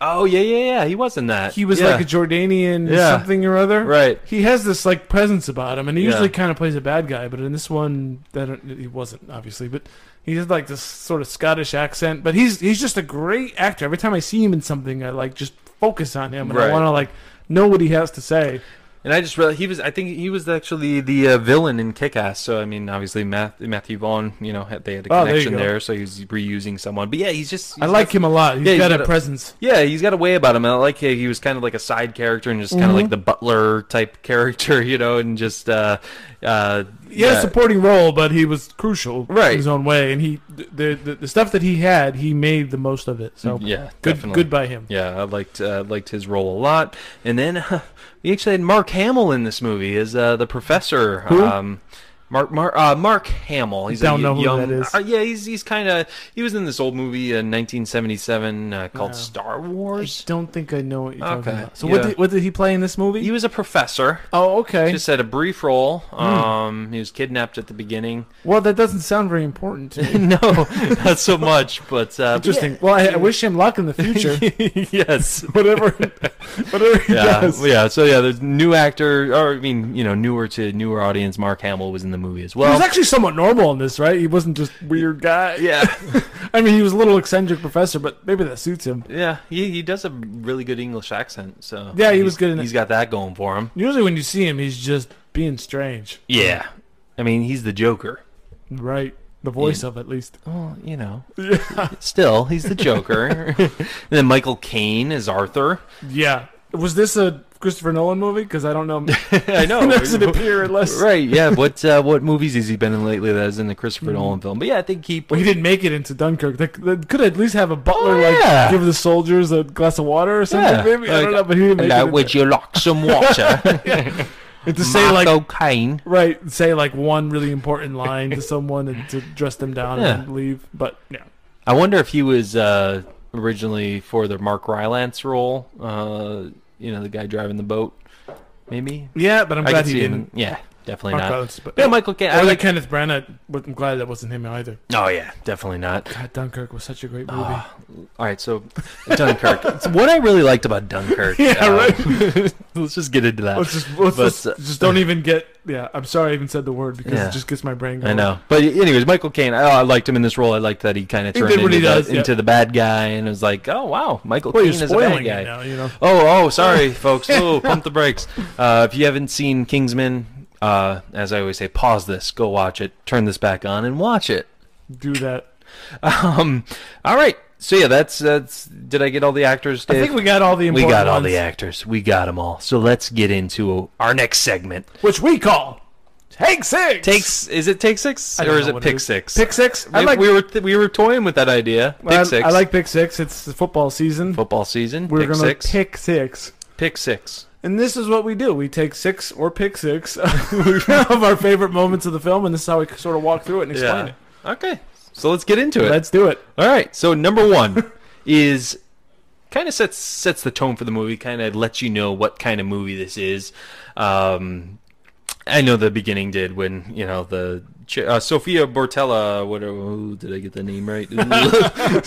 [SPEAKER 1] Oh yeah, yeah, yeah. He was in that.
[SPEAKER 2] He was
[SPEAKER 1] Yeah.
[SPEAKER 2] like a Jordanian
[SPEAKER 1] Yeah.
[SPEAKER 2] something or other.
[SPEAKER 1] right.
[SPEAKER 2] He has this like presence about him, and he
[SPEAKER 1] Yeah.
[SPEAKER 2] usually kind of plays a bad guy. But in this one, that he wasn't obviously. But he has like this sort of Scottish accent. But he's he's just a great actor. Every time I see him in something, I like just focus on him, and I
[SPEAKER 1] Right.
[SPEAKER 2] want to like know what he has to say.
[SPEAKER 1] And I just realized he was. I think he was actually the uh, villain in Kick-Ass. So I mean, obviously Math- Matthew Vaughn. You know, had, they had a
[SPEAKER 2] Oh, there you
[SPEAKER 1] connection
[SPEAKER 2] go.
[SPEAKER 1] there, so he's reusing someone. But yeah, he's just.
[SPEAKER 2] I
[SPEAKER 1] he's
[SPEAKER 2] like
[SPEAKER 1] got-
[SPEAKER 2] him a lot. He's
[SPEAKER 1] Yeah, he's
[SPEAKER 2] got,
[SPEAKER 1] got
[SPEAKER 2] a
[SPEAKER 1] a-
[SPEAKER 2] presence.
[SPEAKER 1] Yeah, he's got a way about him. And I like how he was kind of like a side character and just kind
[SPEAKER 2] Mm-hmm.
[SPEAKER 1] of like the butler type character, you know, and just uh, uh,
[SPEAKER 2] He had a supporting role, but he was crucial in
[SPEAKER 1] Right.
[SPEAKER 2] his own way. And he the, the the stuff that he had, he made the most of it. So
[SPEAKER 1] Mm, yeah,
[SPEAKER 2] good
[SPEAKER 1] definitely.
[SPEAKER 2] good by him.
[SPEAKER 1] Yeah, I liked uh, liked his role a lot. And then uh, we actually had Mark Hamill in this movie as uh, the professor.
[SPEAKER 2] Who?
[SPEAKER 1] Um, Mark Mark uh, Mark Hamill. He's
[SPEAKER 2] Don't
[SPEAKER 1] a
[SPEAKER 2] know who
[SPEAKER 1] young,
[SPEAKER 2] that is.
[SPEAKER 1] Uh, yeah, he's he's kind of he was in this old movie in 1977 uh, called
[SPEAKER 2] No.
[SPEAKER 1] Star
[SPEAKER 2] I
[SPEAKER 1] Wars.
[SPEAKER 2] don't think I know what you're talking
[SPEAKER 1] Okay,
[SPEAKER 2] about. So what
[SPEAKER 1] yeah.
[SPEAKER 2] did, what did he play in this movie?
[SPEAKER 1] He was a professor.
[SPEAKER 2] oh, okay. Hmm.
[SPEAKER 1] Just had a brief role. Um, He was kidnapped at the beginning.
[SPEAKER 2] well, that doesn't sound very important to me.
[SPEAKER 1] no, not so much. But uh,
[SPEAKER 2] Interesting. Well, I, I wish uh, him luck in the future.
[SPEAKER 1] yes.
[SPEAKER 2] whatever, whatever he
[SPEAKER 1] Yeah,
[SPEAKER 2] does.
[SPEAKER 1] yeah. So yeah, the new actor, or I mean, you know, newer to newer audience, Mark Hamill was in the movie as
[SPEAKER 2] He was
[SPEAKER 1] well.
[SPEAKER 2] actually somewhat normal in this, right? He wasn't just weird guy.
[SPEAKER 1] yeah.
[SPEAKER 2] I mean, he was a little eccentric professor, but maybe that suits him.
[SPEAKER 1] Yeah, he, he does a really good English accent. So
[SPEAKER 2] Yeah, he
[SPEAKER 1] he's-
[SPEAKER 2] was good in it.
[SPEAKER 1] He's got that going for him.
[SPEAKER 2] Usually, when you see him, he's just being strange,
[SPEAKER 1] Yeah, I mean he's the Joker.
[SPEAKER 2] right? The voice of at least.
[SPEAKER 1] Well, you know, still he's the Joker. and then Michael Caine is Arthur.
[SPEAKER 2] Yeah. Was this a Christopher Nolan movie? Because I don't know.
[SPEAKER 1] I know.
[SPEAKER 2] He doesn't appear unless.
[SPEAKER 1] Right? Yeah. What uh, what movies has he been in lately that is in the Christopher
[SPEAKER 2] Hmm.
[SPEAKER 1] Nolan film? But yeah, I think he.
[SPEAKER 2] Well, he didn't make it into Dunkirk. They, they could at least have a butler
[SPEAKER 1] Oh,
[SPEAKER 2] like
[SPEAKER 1] yeah.
[SPEAKER 2] give the soldiers a glass of water or something.
[SPEAKER 1] Yeah.
[SPEAKER 2] Maybe I don't know, but he didn't make
[SPEAKER 1] Now
[SPEAKER 2] it. in
[SPEAKER 1] would you like some water?
[SPEAKER 2] there. to say like
[SPEAKER 1] Michael Caine.
[SPEAKER 2] right, say like one really important line to someone and to dress them down
[SPEAKER 1] Yeah.
[SPEAKER 2] and leave. But yeah,
[SPEAKER 1] I wonder if he was uh, originally for the Mark Rylance role. Uh, you know, the guy driving the boat. Maybe
[SPEAKER 2] yeah. But I'm
[SPEAKER 1] I
[SPEAKER 2] glad
[SPEAKER 1] could
[SPEAKER 2] he
[SPEAKER 1] see him.
[SPEAKER 2] didn't.
[SPEAKER 1] in- Yeah, definitely
[SPEAKER 2] Mark
[SPEAKER 1] not.
[SPEAKER 2] Rylance, but-
[SPEAKER 1] yeah, Michael Caine. I
[SPEAKER 2] or like
[SPEAKER 1] like.
[SPEAKER 2] Kenneth Branagh. But I'm glad that wasn't him either.
[SPEAKER 1] Oh yeah, definitely not.
[SPEAKER 2] God, Dunkirk was such a great movie.
[SPEAKER 1] Ah, All right, so Dunkirk. So what I really liked about Dunkirk.
[SPEAKER 2] Yeah,
[SPEAKER 1] right. let's just get into that.
[SPEAKER 2] Let's just let's
[SPEAKER 1] But,
[SPEAKER 2] just,
[SPEAKER 1] uh,
[SPEAKER 2] just don't even get. Yeah, I'm sorry I even said the word because
[SPEAKER 1] Yeah.
[SPEAKER 2] it just gets my brain going.
[SPEAKER 1] I know, but anyways, Michael Caine. I, I liked him in this role. I liked that he kind of
[SPEAKER 2] He
[SPEAKER 1] turned
[SPEAKER 2] did
[SPEAKER 1] into,
[SPEAKER 2] what he
[SPEAKER 1] the,
[SPEAKER 2] does, yeah.
[SPEAKER 1] into the bad guy, and it was like, oh wow, Michael
[SPEAKER 2] Well,
[SPEAKER 1] Caine
[SPEAKER 2] you're
[SPEAKER 1] is a bad
[SPEAKER 2] spoiling
[SPEAKER 1] guy.
[SPEAKER 2] it now. You know.
[SPEAKER 1] Oh, oh, sorry, folks. Oh, pump the brakes. Uh, if you haven't seen Kingsman, uh, as I always say, pause this, go watch it, turn this back on, and watch it.
[SPEAKER 2] Do that.
[SPEAKER 1] Um, all right. So yeah, that's that's. Did I get all the actors?
[SPEAKER 2] I
[SPEAKER 1] Dave?
[SPEAKER 2] think we got all the
[SPEAKER 1] We
[SPEAKER 2] important
[SPEAKER 1] got all the
[SPEAKER 2] ones,
[SPEAKER 1] actors. We got them all. So let's get into our next segment.
[SPEAKER 2] which we call Take Six.
[SPEAKER 1] Takes is it take six
[SPEAKER 2] I don't
[SPEAKER 1] or
[SPEAKER 2] know
[SPEAKER 1] is it
[SPEAKER 2] what
[SPEAKER 1] pick
[SPEAKER 2] is.
[SPEAKER 1] six?
[SPEAKER 2] Pick six. I
[SPEAKER 1] We-
[SPEAKER 2] like
[SPEAKER 1] we were th- we were toying with that idea. Pick
[SPEAKER 2] I,
[SPEAKER 1] six.
[SPEAKER 2] I like pick six. It's the football season.
[SPEAKER 1] football season.
[SPEAKER 2] We're
[SPEAKER 1] pick
[SPEAKER 2] gonna
[SPEAKER 1] six.
[SPEAKER 2] pick six.
[SPEAKER 1] pick six.
[SPEAKER 2] And this is what we do. We take six or pick six of our favorite moments of the film, and this is how we sort of walk through it and explain it.
[SPEAKER 1] Okay. So let's get into it.
[SPEAKER 2] Let's do it.
[SPEAKER 1] All right. So number one is kind of sets sets the tone for the movie. Kind of lets you know what kind of movie this is. Um, I know the beginning did when you know the ch- uh, Sophia Bortella. What oh, did I get the name right?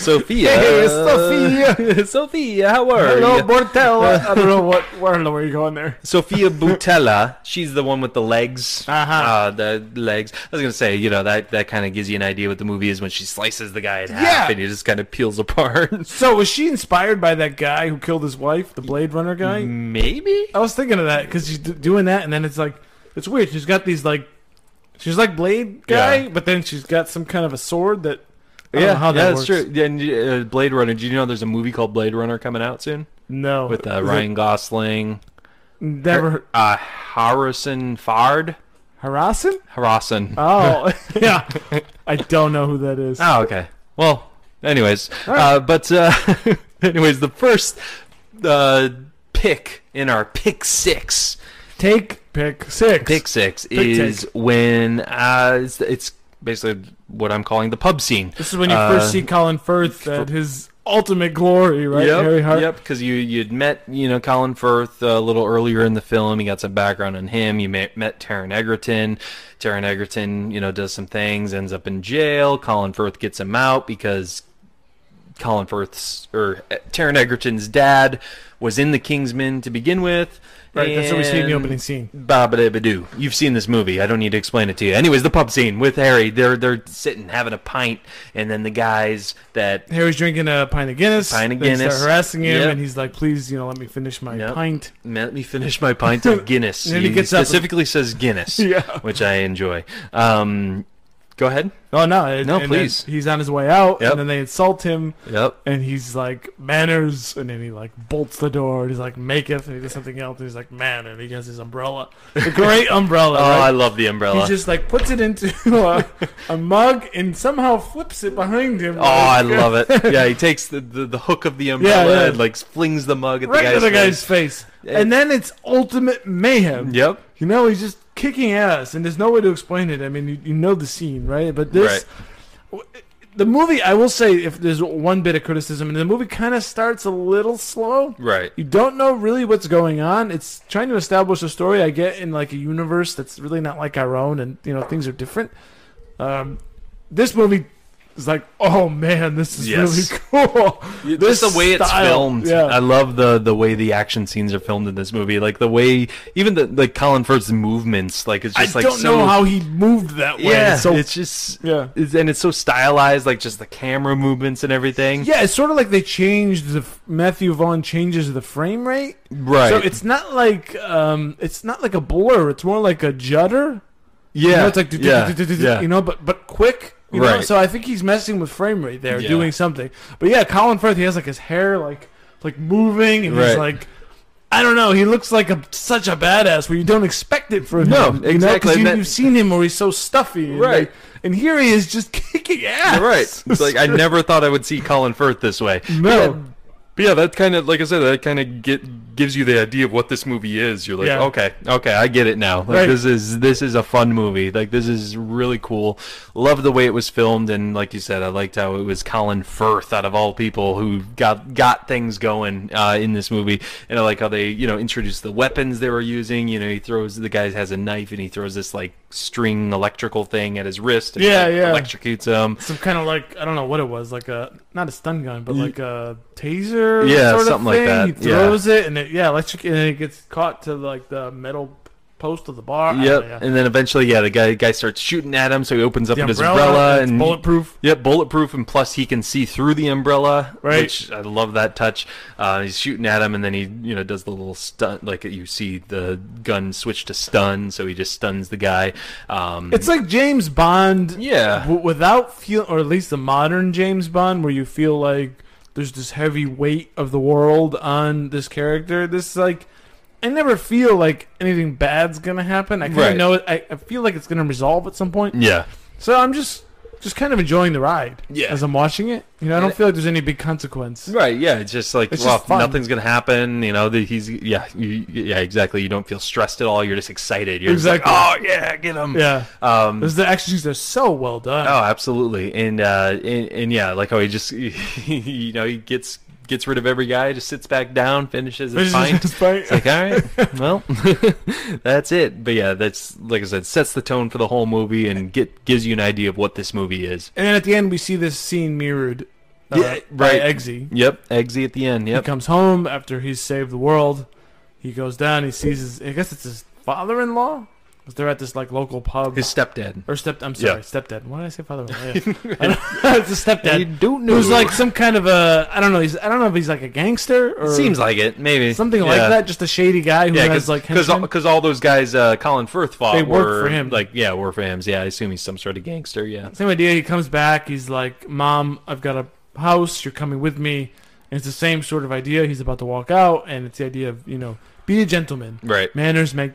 [SPEAKER 1] Sophia.
[SPEAKER 2] Hey, Sophia.
[SPEAKER 1] Sophia. How are
[SPEAKER 2] Hello,
[SPEAKER 1] you?
[SPEAKER 2] Bortel. I don't know what. I don't know where you're going there.
[SPEAKER 1] Sophia Butella, she's the one with the legs.
[SPEAKER 2] Uh-huh.
[SPEAKER 1] Uh, the legs. I was gonna say, you know, that that kind of gives you an idea what the movie is when she slices the guy in half
[SPEAKER 2] Yeah.
[SPEAKER 1] and he just kind of peels apart.
[SPEAKER 2] So, was she inspired by that guy who killed his wife, the Blade Runner guy?
[SPEAKER 1] Mm. Maybe.
[SPEAKER 2] I was thinking of that because she's d- doing that, and then it's like it's weird. She's got these like she's like Blade guy,
[SPEAKER 1] Yeah.
[SPEAKER 2] but then she's got some kind of a sword that I don't know how that
[SPEAKER 1] yeah,
[SPEAKER 2] works.
[SPEAKER 1] that's true. And uh, Blade Runner. Do you know there's a movie called Blade Runner coming out soon
[SPEAKER 2] No,
[SPEAKER 1] with uh,
[SPEAKER 2] Is it
[SPEAKER 1] Ryan Gosling,
[SPEAKER 2] never heard-
[SPEAKER 1] uh, Harrison Fard,
[SPEAKER 2] Harassing?
[SPEAKER 1] Harrison.
[SPEAKER 2] Oh, yeah. I don't know who that is.
[SPEAKER 1] Oh, okay. Well, anyways, uh, but uh, anyways, the first uh, pick in our pick six,
[SPEAKER 2] Take pick six.
[SPEAKER 1] pick six is when uh, it's, it's basically what I'm calling the pub scene.
[SPEAKER 2] This is when you first
[SPEAKER 1] Uh,
[SPEAKER 2] see Colin Firth at his ultimate glory, right?
[SPEAKER 1] Yep,
[SPEAKER 2] Harry Hart.
[SPEAKER 1] Yep, because you you'd met you know Colin Firth a little earlier in the film. You got some background on him. You met, met Taron Egerton. Taron Egerton, you know, does some things, ends up in jail. Colin Firth gets him out because Colin Firth's or eh, Taron Egerton's dad was in the Kingsman to begin with.
[SPEAKER 2] Right, that's what we see in the
[SPEAKER 1] and-
[SPEAKER 2] opening scene.
[SPEAKER 1] Babadabadoo. You've seen this movie. I don't need to explain it to you. Anyways, the pub scene with Harry. They're they're sitting having a pint, and then the guys that
[SPEAKER 2] Harry's drinking a pint of Guinness.
[SPEAKER 1] Pint of
[SPEAKER 2] They start
[SPEAKER 1] Guinness.
[SPEAKER 2] harassing him,
[SPEAKER 1] Yep.
[SPEAKER 2] and he's like, "Please, you know, let me finish my
[SPEAKER 1] Yep.
[SPEAKER 2] pint."
[SPEAKER 1] Let me finish my pint of Guinness.
[SPEAKER 2] And then he gets up and-
[SPEAKER 1] specifically says Guinness,
[SPEAKER 2] Yeah.
[SPEAKER 1] which I enjoy. Um, go ahead.
[SPEAKER 2] Oh no! and-
[SPEAKER 1] No,
[SPEAKER 2] and then
[SPEAKER 1] please.
[SPEAKER 2] He's on his way out,
[SPEAKER 1] Yep.
[SPEAKER 2] and then they insult him,
[SPEAKER 1] Yep.
[SPEAKER 2] and he's like manners, and then he like bolts the door, and he's like maketh, and he does something else, and he's like man, and he has his umbrella, a great umbrella.
[SPEAKER 1] Oh, I
[SPEAKER 2] right?
[SPEAKER 1] love the umbrella.
[SPEAKER 2] He just like puts it into a, a mug and somehow flips it behind him.
[SPEAKER 1] Oh, I love it. Yeah, he takes the, the, the hook of the umbrella
[SPEAKER 2] yeah.
[SPEAKER 1] and like flings the mug at
[SPEAKER 2] Right
[SPEAKER 1] the
[SPEAKER 2] to
[SPEAKER 1] guy's
[SPEAKER 2] the guy's
[SPEAKER 1] face.
[SPEAKER 2] face,
[SPEAKER 1] Yeah.
[SPEAKER 2] and then it's ultimate mayhem.
[SPEAKER 1] Yep.
[SPEAKER 2] You know, he's just kicking ass, and there's no way to explain it. I mean, you, you know the scene, right? But this, the movie, I will say, if there's one bit of criticism, and the movie kind of starts a little slow.
[SPEAKER 1] Right.
[SPEAKER 2] You don't know really what's going on. It's trying to establish a story, I get, in like a universe that's really not like our own, and you know things are different. Um, this movie It's like, oh man, this is
[SPEAKER 1] Yes.
[SPEAKER 2] really cool.
[SPEAKER 1] Just the way it's
[SPEAKER 2] style.
[SPEAKER 1] filmed.
[SPEAKER 2] Yeah.
[SPEAKER 1] I love the the way the action scenes are filmed in this movie. Like the way even the like Colin Firth's movements. Like it's
[SPEAKER 2] I
[SPEAKER 1] just like
[SPEAKER 2] don't
[SPEAKER 1] so,
[SPEAKER 2] know how he moved that way.
[SPEAKER 1] Yeah,
[SPEAKER 2] so
[SPEAKER 1] it's just
[SPEAKER 2] Yeah.
[SPEAKER 1] it's, and it's so stylized. Like just the camera movements and everything.
[SPEAKER 2] Yeah, it's sort of like they changed the Matthew Vaughn changes the frame rate.
[SPEAKER 1] Right.
[SPEAKER 2] So it's not like um, it's not like a blur. It's more like a judder.
[SPEAKER 1] yeah.
[SPEAKER 2] You know, it's like du- du-
[SPEAKER 1] yeah.
[SPEAKER 2] du- du- du- du-
[SPEAKER 1] yeah.
[SPEAKER 2] you know, but but quick. You know,
[SPEAKER 1] Right.
[SPEAKER 2] so I think he's messing with frame rate there,
[SPEAKER 1] Yeah.
[SPEAKER 2] doing something. But yeah, Colin Firth, he has like his hair like like moving, and
[SPEAKER 1] Right.
[SPEAKER 2] he's like. I don't know. He looks like a such a badass where you don't expect it from
[SPEAKER 1] No,
[SPEAKER 2] him. you know, 'cause
[SPEAKER 1] exactly,
[SPEAKER 2] You
[SPEAKER 1] and that-
[SPEAKER 2] have seen him where he's so stuffy, and,
[SPEAKER 1] Right.
[SPEAKER 2] like- and here he is just kicking ass.
[SPEAKER 1] You're right. It's like I never thought I would see Colin Firth this way.
[SPEAKER 2] No.
[SPEAKER 1] But yeah, that kind of, like I said, that kind of get gives you the idea of what this movie is. You're like,
[SPEAKER 2] Yeah.
[SPEAKER 1] okay, okay, I get it now. Like
[SPEAKER 2] Right.
[SPEAKER 1] this is this is a fun movie. Like this is really cool. Love the way it was filmed, and like you said, I liked how it was Colin Firth out of all people who got got things going uh, in this movie. And I like how they, you know, introduced the weapons they were using. You know, he throws the guy has a knife, and he throws this like string electrical thing at his wrist, and
[SPEAKER 2] Yeah,
[SPEAKER 1] like,
[SPEAKER 2] yeah.
[SPEAKER 1] electrocutes him.
[SPEAKER 2] some kind of like I don't know what it was, like a not a stun gun, but like a taser.
[SPEAKER 1] Yeah,
[SPEAKER 2] sort of
[SPEAKER 1] something like
[SPEAKER 2] thing.
[SPEAKER 1] that,
[SPEAKER 2] He
[SPEAKER 1] yeah.
[SPEAKER 2] throws it, and it yeah, electric, and it gets caught to like the metal post of the bar. I
[SPEAKER 1] Yep.
[SPEAKER 2] don't know, yeah.
[SPEAKER 1] And then eventually, yeah, the guy guy starts shooting at him, so he opens up
[SPEAKER 2] The
[SPEAKER 1] his
[SPEAKER 2] umbrella,
[SPEAKER 1] umbrella
[SPEAKER 2] it's
[SPEAKER 1] and
[SPEAKER 2] bulletproof.
[SPEAKER 1] Yep, bulletproof, and plus he can see through the umbrella.
[SPEAKER 2] Right.
[SPEAKER 1] Which I love that touch. Uh, he's shooting at him, and then he you know does the little stun, like you see the gun switch to stun, so he just stuns the guy. Um,
[SPEAKER 2] It's like James Bond.
[SPEAKER 1] Yeah.
[SPEAKER 2] W- without feel, or at least the modern James Bond, where you feel like there's this heavy weight of the world on this character. This like. I never feel like anything bad's gonna happen. I kind of
[SPEAKER 1] Right.
[SPEAKER 2] know. I, I feel like it's gonna resolve at some point.
[SPEAKER 1] yeah.
[SPEAKER 2] So I'm just just kind of enjoying the ride.
[SPEAKER 1] Yeah. Mm.
[SPEAKER 2] As I'm watching it, you know, I don't feel like there's any big consequence.
[SPEAKER 1] Right, yeah, it's just like
[SPEAKER 2] It's
[SPEAKER 1] well,
[SPEAKER 2] just fun.
[SPEAKER 1] nothing's gonna happen. You know, the, he's yeah, you, yeah, exactly. You don't feel stressed at all. You're just excited. You're
[SPEAKER 2] Exactly.
[SPEAKER 1] Just like, oh yeah, get him.
[SPEAKER 2] Yeah.
[SPEAKER 1] Um,
[SPEAKER 2] There's the actions are so well done.
[SPEAKER 1] Oh, absolutely, and uh, and, and yeah, like how he just you know he gets gets rid of every guy, just sits back down, finishes his
[SPEAKER 2] It's
[SPEAKER 1] pint.
[SPEAKER 2] just fine.
[SPEAKER 1] It's like all right, well, that's it. But yeah, that's like I said, sets the tone for the whole movie and get gives you an idea of what this movie is.
[SPEAKER 2] and then at the end, we see this scene mirrored uh,
[SPEAKER 1] Yeah,
[SPEAKER 2] by
[SPEAKER 1] right.
[SPEAKER 2] Eggsy.
[SPEAKER 1] Yep, Eggsy at the end.
[SPEAKER 2] He
[SPEAKER 1] Yep,
[SPEAKER 2] comes home after he's saved the world. He goes down. He sees his. I guess it's his father-in-law. 'Cause They're at this like local pub.
[SPEAKER 1] his stepdad.
[SPEAKER 2] or step. I'm
[SPEAKER 1] Yeah.
[SPEAKER 2] sorry, stepdad. Why did I say father-in-law? Yeah. I don't- it's a stepdad.
[SPEAKER 1] You don't know.
[SPEAKER 2] Who's like some kind of a. I don't know. He's. I don't know if he's like a gangster or.
[SPEAKER 1] Seems like it, maybe
[SPEAKER 2] something like
[SPEAKER 1] Yeah.
[SPEAKER 2] that. Just a shady guy who
[SPEAKER 1] Yeah,
[SPEAKER 2] has
[SPEAKER 1] because
[SPEAKER 2] like
[SPEAKER 1] all,
[SPEAKER 2] henchmen.
[SPEAKER 1] 'cause all those guys uh, Colin Firth fought
[SPEAKER 2] They work
[SPEAKER 1] were
[SPEAKER 2] for him.
[SPEAKER 1] Like yeah, were for him. Yeah, I assume he's some sort of gangster. Yeah.
[SPEAKER 2] same idea. He comes back. He's like, "Mom, I've got a house. You're coming with me." And it's the same sort of idea. He's about to walk out, and it's the idea of you know, be a gentleman.
[SPEAKER 1] Right.
[SPEAKER 2] Manners make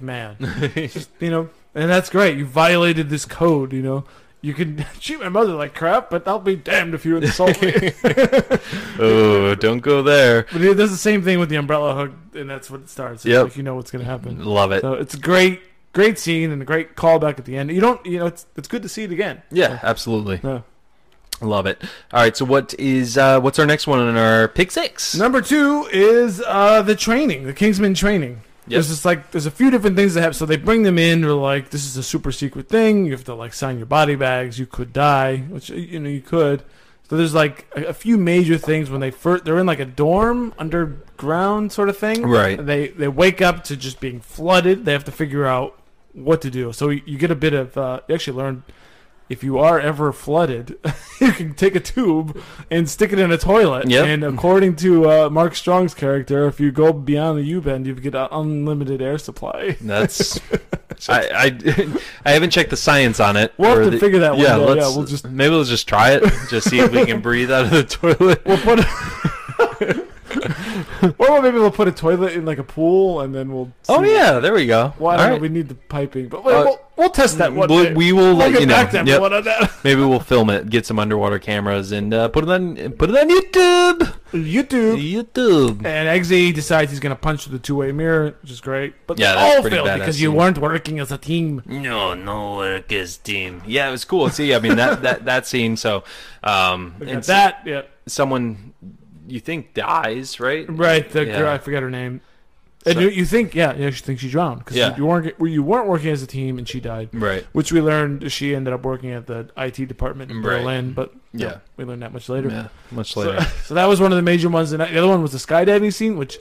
[SPEAKER 2] man. It's just you know, and that's great. You violated this code. You know, you can treat my mother like crap, but I'll be damned if you insult me.
[SPEAKER 1] Oh, don't go there.
[SPEAKER 2] but he does the same thing with the umbrella hook, and that's what it starts. It's
[SPEAKER 1] Yep.
[SPEAKER 2] like you know what's gonna happen.
[SPEAKER 1] Love it.
[SPEAKER 2] So it's a great, great scene and a great callback at the end. You don't, you know, it's it's good to see it again.
[SPEAKER 1] Yeah, absolutely.
[SPEAKER 2] No.
[SPEAKER 1] Love it. All right, so what is uh what's our next one in our pick six?
[SPEAKER 2] Number two is uh, the training, the Kingsman training.
[SPEAKER 1] Yep.
[SPEAKER 2] There's just like there's a few different things that happen. So they bring them in. They're like, this is a super secret thing. You have to like sign your body bags. You could die, which uh, you know you could. So there's like a, a few major things when they first they're in like a dorm underground sort of thing.
[SPEAKER 1] Right.
[SPEAKER 2] And they they wake up to just being flooded. They have to figure out what to do. So you, you get a bit of uh, you actually learn if you are ever flooded, you can take a tube and stick it in a toilet.
[SPEAKER 1] Yep.
[SPEAKER 2] And according to uh, Mark Strong's character, if you go beyond the U bend, you get an unlimited air supply.
[SPEAKER 1] That's I, I I haven't checked the science on it.
[SPEAKER 2] We'll have
[SPEAKER 1] Or
[SPEAKER 2] to
[SPEAKER 1] the-
[SPEAKER 2] figure that one
[SPEAKER 1] yeah,
[SPEAKER 2] out.
[SPEAKER 1] Let's,
[SPEAKER 2] Yeah, we'll just-
[SPEAKER 1] maybe let's just try it. Just see if we can breathe out of the toilet.
[SPEAKER 2] We'll put. A- or maybe we'll put a toilet in like a pool, and then we'll.
[SPEAKER 1] Oh
[SPEAKER 2] see.
[SPEAKER 1] yeah, there we go.
[SPEAKER 2] Well, I
[SPEAKER 1] All
[SPEAKER 2] don't know,
[SPEAKER 1] right.
[SPEAKER 2] We need the piping, but wait,
[SPEAKER 1] Uh,
[SPEAKER 2] we'll, we'll test that one.
[SPEAKER 1] we'll-
[SPEAKER 2] day.
[SPEAKER 1] we will
[SPEAKER 2] We'll
[SPEAKER 1] let
[SPEAKER 2] get
[SPEAKER 1] you know.
[SPEAKER 2] back to
[SPEAKER 1] Yep.
[SPEAKER 2] everyone on that.
[SPEAKER 1] Maybe we'll film it, get some underwater cameras, and uh, put it on put it on YouTube.
[SPEAKER 2] YouTube.
[SPEAKER 1] YouTube.
[SPEAKER 2] And Eggsy decides he's gonna punch through the two-way mirror, which is great. But
[SPEAKER 1] Yeah,
[SPEAKER 2] they
[SPEAKER 1] that's
[SPEAKER 2] all
[SPEAKER 1] pretty
[SPEAKER 2] failed
[SPEAKER 1] badass
[SPEAKER 2] because you
[SPEAKER 1] scene.
[SPEAKER 2] weren't working as a team.
[SPEAKER 1] No, no work as team. Yeah, it was cool. See, I mean that that that scene. So, um,
[SPEAKER 2] And
[SPEAKER 1] and
[SPEAKER 2] that, yeah,
[SPEAKER 1] someone you think dies, right?
[SPEAKER 2] right. The
[SPEAKER 1] Yeah.
[SPEAKER 2] girl, I forget her name. And
[SPEAKER 1] So-
[SPEAKER 2] you, you think, yeah, you actually think she drowned because
[SPEAKER 1] Yeah.
[SPEAKER 2] you weren't well, you weren't working as a team and she died,
[SPEAKER 1] Right.
[SPEAKER 2] which we learned she ended up working at the IT department in
[SPEAKER 1] Right.
[SPEAKER 2] Berlin. But you know,
[SPEAKER 1] Yeah.
[SPEAKER 2] we learned that much later.
[SPEAKER 1] Yeah, much
[SPEAKER 2] So,
[SPEAKER 1] later.
[SPEAKER 2] so that was one of the major ones, and the other one was the skydiving scene, which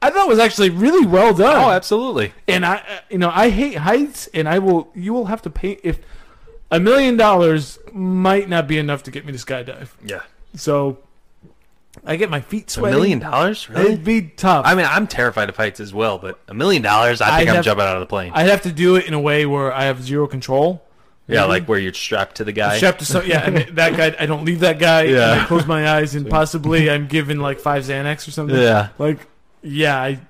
[SPEAKER 2] I thought was actually really well done.
[SPEAKER 1] oh, absolutely.
[SPEAKER 2] and I, uh, you know, I hate heights, and I will. You will have to pay if a million dollars might not be enough to get me to skydive.
[SPEAKER 1] Yeah.
[SPEAKER 2] So I get my feet
[SPEAKER 1] A
[SPEAKER 2] sweaty.
[SPEAKER 1] million dollars? Really?
[SPEAKER 2] It'd be tough.
[SPEAKER 1] I mean, I'm terrified of heights as well, but a million dollars, I
[SPEAKER 2] I
[SPEAKER 1] think I am
[SPEAKER 2] have-
[SPEAKER 1] jumping out of the plane.
[SPEAKER 2] I'd have to do it in a way where I have zero control.
[SPEAKER 1] yeah, like where you're strapped to the guy.
[SPEAKER 2] Except to some, yeah, and that guy. I don't leave that guy. and
[SPEAKER 1] Yeah.
[SPEAKER 2] I close my eyes and possibly I'm given like five Xanax or something.
[SPEAKER 1] Yeah.
[SPEAKER 2] Like, yeah, I